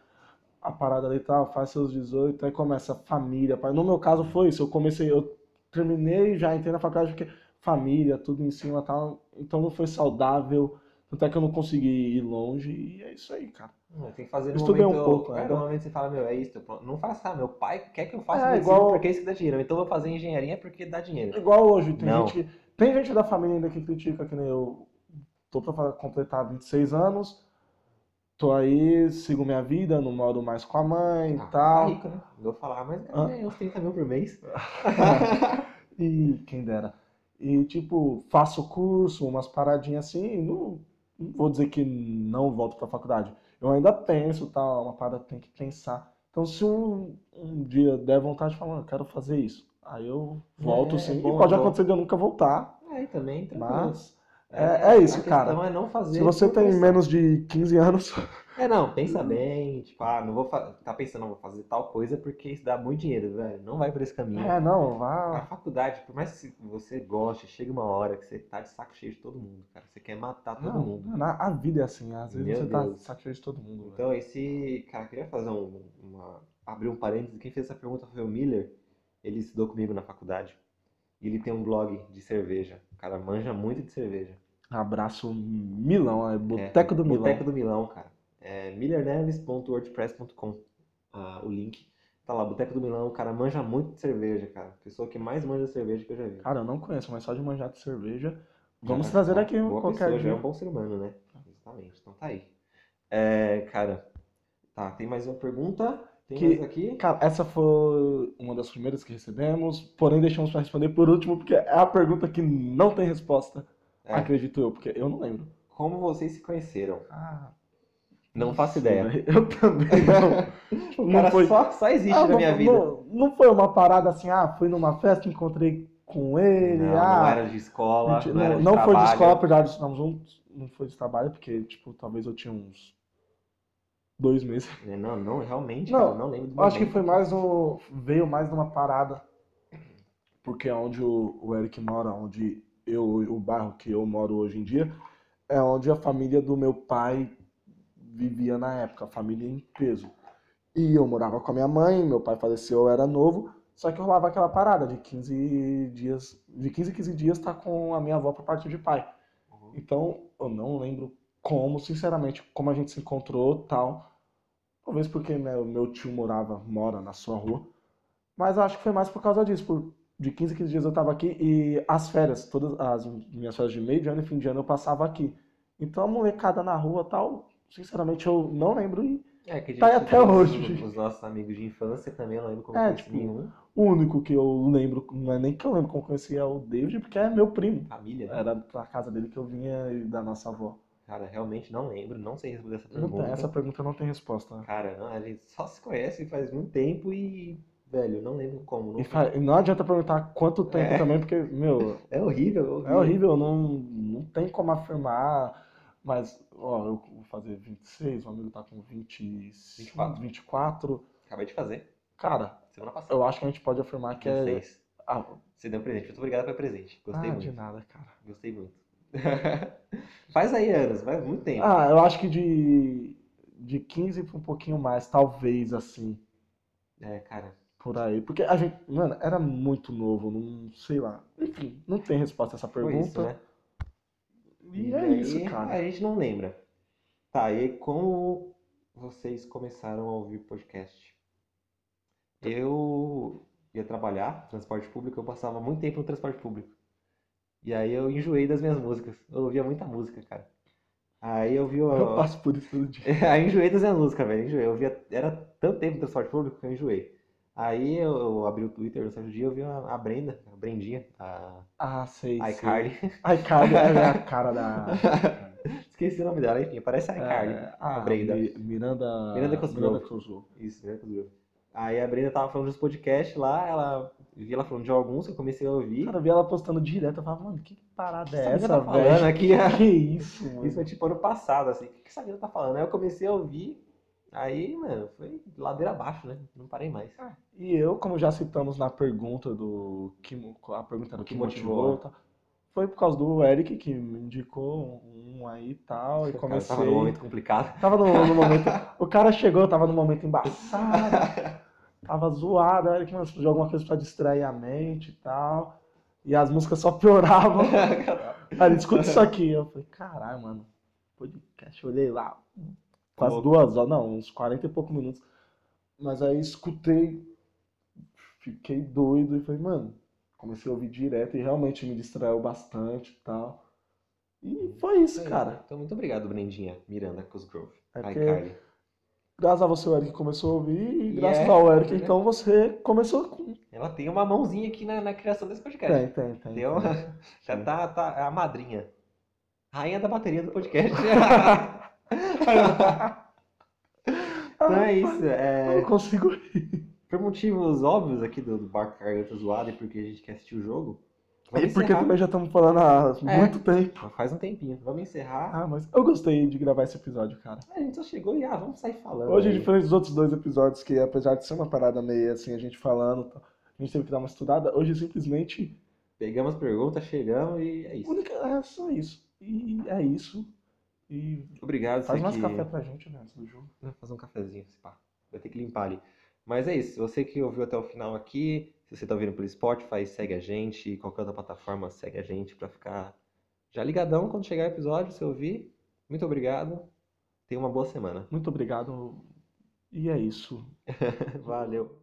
Speaker 1: a parada ali e tal, faz seus 18, aí começa família. pai. No meu caso foi isso, eu comecei, eu terminei já entrei na faculdade porque família, tudo em cima e tal. Então não foi saudável. Tanto é que eu não consegui ir longe e é isso aí, cara.
Speaker 2: Não, Tem que fazer no
Speaker 1: Estudei um
Speaker 2: momento,
Speaker 1: pouco,
Speaker 2: é,
Speaker 1: né?
Speaker 2: no momento você fala, meu, é isso, tô pronto. não faça, ah, meu pai quer que eu faça
Speaker 1: É,
Speaker 2: medicina
Speaker 1: igual-
Speaker 2: porque é isso que dá dinheiro, então eu vou fazer engenharia porque dá dinheiro.
Speaker 1: Igual hoje, tem
Speaker 2: Não.
Speaker 1: gente que, tem gente da família ainda que critica, que nem eu. Tô pra fa- completar 26 anos, tô aí, sigo minha vida, não moro mais com a mãe e
Speaker 2: Ah, Tá
Speaker 1: tal.
Speaker 2: rico, né? Vou falar, mas
Speaker 1: Hã?
Speaker 2: ganha uns 30 mil por mês.
Speaker 1: E quem dera. E tipo, faço curso, umas paradinhas assim, não, não vou dizer que não volto pra faculdade. Eu ainda penso, tal, uma parada que tem que pensar. Então, se um, um dia der vontade de falar, "Mano, eu quero fazer isso, aí eu volto
Speaker 2: É,
Speaker 1: sim.
Speaker 2: bom,
Speaker 1: e pode
Speaker 2: é bom.
Speaker 1: acontecer de eu nunca voltar,
Speaker 2: Aí É, também, tranquilo.
Speaker 1: mas é, é isso,
Speaker 2: a
Speaker 1: cara.
Speaker 2: questão é não fazer
Speaker 1: Se você
Speaker 2: por
Speaker 1: tem
Speaker 2: pressão.
Speaker 1: menos de 15 anos,
Speaker 2: É, não, pensa bem, tipo, ah, não vou fa- tá pensando, não vou fazer tal coisa porque isso dá muito dinheiro, velho. Não vai por esse caminho.
Speaker 1: é, não,
Speaker 2: A
Speaker 1: vá.
Speaker 2: faculdade, por mais que você goste, chega uma hora que você tá de saco cheio de todo mundo, cara. Você quer matar todo
Speaker 1: Não,
Speaker 2: mundo.
Speaker 1: na- a vida é assim, às vezes
Speaker 2: Meu
Speaker 1: você tá
Speaker 2: Deus.
Speaker 1: satisfeito de todo mundo. velho.
Speaker 2: Então, esse. Cara, eu queria fazer um, uma. abrir um parênteses. Quem fez essa pergunta foi o Miller. Ele estudou comigo na faculdade. E ele tem um blog de cerveja. O cara manja muito de cerveja.
Speaker 1: Abraço Milão, é Boteco do Milão.
Speaker 2: Boteco do Milão, cara. É millerneves.wordpress.com ah, o link. Tá lá, Boteco do Milão, o cara manja muito de cerveja, cara. Pessoa que mais manja de cerveja que eu já vi.
Speaker 1: Cara, eu não conheço, mas só de manjar de cerveja, Vamos
Speaker 2: Cara,
Speaker 1: trazer
Speaker 2: uma
Speaker 1: aqui
Speaker 2: boa
Speaker 1: qualquer
Speaker 2: pessoa, já é um
Speaker 1: dia.
Speaker 2: bom ser humano, né? Exatamente. Então tá aí. É, cara, tá, tem mais uma pergunta? Tem
Speaker 1: Que-
Speaker 2: mais aqui?
Speaker 1: Cara, essa foi uma das primeiras que recebemos, porém deixamos para responder por último, porque é a pergunta que não tem resposta,
Speaker 2: É.
Speaker 1: acredito eu, porque eu não lembro.
Speaker 2: Como vocês se conheceram?
Speaker 1: Ah,
Speaker 2: Não faço ideia.
Speaker 1: Eu também não. Tipo,
Speaker 2: Cara,
Speaker 1: não foi...
Speaker 2: só, só existe
Speaker 1: Ah,
Speaker 2: na minha
Speaker 1: não,
Speaker 2: vida.
Speaker 1: Não, não foi uma parada assim, ah, fui numa festa, encontrei com ele,
Speaker 2: Não,
Speaker 1: ah,
Speaker 2: não era de escola,
Speaker 1: Mentira,
Speaker 2: não era de
Speaker 1: não foi de
Speaker 2: trabalho.
Speaker 1: escola, apesar de estudamos juntos, não foi de trabalho, porque, tipo, talvez eu tinha uns dois meses.
Speaker 2: É, Não, não, realmente,
Speaker 1: Não,
Speaker 2: cara, não lembro do
Speaker 1: Eu acho que
Speaker 2: momento.
Speaker 1: foi mais um. Veio mais numa parada. Porque é onde o, o Eric mora, onde eu, o bairro que eu moro hoje em dia, é onde a família do meu pai vivia na época, a família em peso. E eu morava com a minha mãe, meu pai faleceu, eu era novo, só que rolava aquela parada de 15 dias, de 15 em 15 dias tá com a minha avó por parte de pai. Então, eu não lembro como, sinceramente, como a gente se encontrou, tal. Talvez porque, né, o meu tio morava, mora na sua rua. Mas eu acho que foi mais por causa disso, por de 15 em 15 dias eu tava aqui e as férias, todas as minhas férias de meio de ano e fim de ano eu passava aqui. Então a molecada na rua, tal, sinceramente eu não lembro e
Speaker 2: É, que a gente
Speaker 1: Tá aí até
Speaker 2: tinha
Speaker 1: hoje.
Speaker 2: os- Os nossos amigos de infância também, eu não lembro como
Speaker 1: É,
Speaker 2: conheci
Speaker 1: tipo,
Speaker 2: nenhum.
Speaker 1: o único que eu lembro, não é nem que eu lembro como conheci é o David, porque é meu primo.
Speaker 2: Família, né?
Speaker 1: Era da casa dele que eu vinha e da nossa avó.
Speaker 2: Cara, realmente não lembro, não sei responder essa
Speaker 1: Não tem-
Speaker 2: pergunta.
Speaker 1: essa pergunta não tem resposta, né?
Speaker 2: Cara, não, a gente só se conhece faz muito tempo e, velho, não lembro como. não-
Speaker 1: E fa- e não adianta perguntar quanto tempo
Speaker 2: É.
Speaker 1: também, porque, meu,
Speaker 2: É horrível,
Speaker 1: é horrível, não, não tem como afirmar. Mas, ó, eu vou fazer 26, o amigo tá com 25,
Speaker 2: 24.
Speaker 1: 24.
Speaker 2: Acabei de fazer,
Speaker 1: Cara,
Speaker 2: semana passada.
Speaker 1: eu acho que a gente pode afirmar que é.
Speaker 2: Vocês.
Speaker 1: Ah,
Speaker 2: Você deu um presente. Muito obrigado pelo presente. Gostei
Speaker 1: ah, de
Speaker 2: muito.
Speaker 1: nada, cara.
Speaker 2: Gostei muito. faz aí anos, faz muito tempo.
Speaker 1: Ah, eu acho que de, de 15 pra um pouquinho mais, talvez, assim,
Speaker 2: É, cara.
Speaker 1: por aí. Porque a gente, mano, era muito novo, não sei lá. Enfim, não tem resposta a essa
Speaker 2: Foi isso,
Speaker 1: pergunta.
Speaker 2: né?
Speaker 1: E é
Speaker 2: aí,
Speaker 1: isso, cara.
Speaker 2: A gente não lembra. Tá, e como vocês começaram a ouvir podcast? Eu ia trabalhar, transporte público, eu passava muito tempo no transporte público. E aí eu enjoei das minhas músicas. Eu ouvia muita música, cara. Aí eu vi.
Speaker 1: Eu
Speaker 2: ó,
Speaker 1: passo por isso todo dia.
Speaker 2: Aí eu enjoei das minhas músicas, velho. Enjoei. Eu via. Era tanto tempo no transporte público que eu enjoei. Aí eu, eu abri o Twitter no outro dia eu vi a, a Brenda, a Brendinha, a
Speaker 1: Ah, sei,
Speaker 2: a
Speaker 1: sei.
Speaker 2: iCarly.
Speaker 1: iCarly é a cara da.
Speaker 2: Esqueci o nome dela, enfim, parece a iCarly.
Speaker 1: É, ah,
Speaker 2: Brenda.
Speaker 1: Mi- Miranda.
Speaker 2: Miranda Cosgrove.
Speaker 1: Miranda Cosgrove.
Speaker 2: Isso, né? Cosgrove. Aí a Brenda tava falando dos podcasts lá, ela vi ela falando de alguns que eu comecei a ouvir.
Speaker 1: Cara, eu vi ela postando direto. Eu falava, mano, que parada é
Speaker 2: mina
Speaker 1: essa,
Speaker 2: tá falando
Speaker 1: velho?
Speaker 2: aqui?
Speaker 1: Que isso, mano?
Speaker 2: Isso é tipo ano passado, assim. O que que essa mina tá falando? Aí eu comecei a ouvir, aí, mano, foi ladeira abaixo, né? Não parei mais.
Speaker 1: E eu, como já citamos na pergunta do que, mo- a pergunta do
Speaker 2: O
Speaker 1: que
Speaker 2: que
Speaker 1: motivou, tá?
Speaker 2: motivou.
Speaker 1: foi por causa do Eric que me indicou um aí e tal, e
Speaker 2: Cara,
Speaker 1: comecei.
Speaker 2: tava num momento complicado.
Speaker 1: Tava no, no momento. O cara chegou, eu tava no momento embaçado, tava zoado, era que mano, de alguma coisa pra distrair a mente e tal. E as músicas só pioravam. Cara, escuta isso aqui. Eu falei, caralho, mano, podcast, eu olhei lá. Quase
Speaker 2: Louco.
Speaker 1: duas horas, não, uns 40 e poucos minutos. Mas aí escutei, fiquei doido e falei, mano, comecei a ouvir direto e realmente me distraiu bastante e tal. E foi isso, cara.
Speaker 2: Então, muito obrigado, Brendinha Miranda Cosgrove.
Speaker 1: É
Speaker 2: Ai,
Speaker 1: porque-
Speaker 2: Carly.
Speaker 1: Graças a você, o Eric começou a ouvir, e
Speaker 2: E
Speaker 1: graças
Speaker 2: é,
Speaker 1: ao Eric,
Speaker 2: né?
Speaker 1: então você começou com.
Speaker 2: Ela tem uma mãozinha aqui na, na criação desse podcast.
Speaker 1: Tem, tem, tem.
Speaker 2: Deu
Speaker 1: tem.
Speaker 2: Já tá, tá é a madrinha. Rainha da bateria do podcast. então é isso.
Speaker 1: Eu
Speaker 2: é,
Speaker 1: não consigo.
Speaker 2: por motivos óbvios aqui do, do Barco Garganta Zoada e porque a gente quer assistir o jogo,
Speaker 1: E
Speaker 2: vamos
Speaker 1: porque
Speaker 2: encerrar.
Speaker 1: também já estamos falando há
Speaker 2: É.
Speaker 1: muito tempo.
Speaker 2: Já Faz um tempinho. Vamos encerrar.
Speaker 1: Ah, mas eu gostei de gravar esse episódio, cara.
Speaker 2: A gente só chegou e ah, vamos sair falando.
Speaker 1: Hoje,
Speaker 2: aí.
Speaker 1: diferente dos outros dois episódios, que apesar de ser uma parada meio assim, a gente falando, e tal, a gente teve que dar uma estudada, hoje é simplesmente.
Speaker 2: Pegamos perguntas, chegamos e é isso.
Speaker 1: única- É só isso. E é isso. E
Speaker 2: Obrigado.
Speaker 1: faz
Speaker 2: você
Speaker 1: mais
Speaker 2: que-
Speaker 1: café pra gente, né, antes do jogo.
Speaker 2: Vou fazer um cafezinho, se pá. Vai ter que limpar ali. Mas é isso. Você que ouviu até o final aqui, se você tá ouvindo pelo Spotify, segue a gente. Qualquer outra plataforma, segue a gente pra ficar já ligadão quando chegar o episódio, se ouvir. Muito obrigado. Tenha uma boa semana.
Speaker 1: Muito obrigado. E é isso.
Speaker 2: Valeu.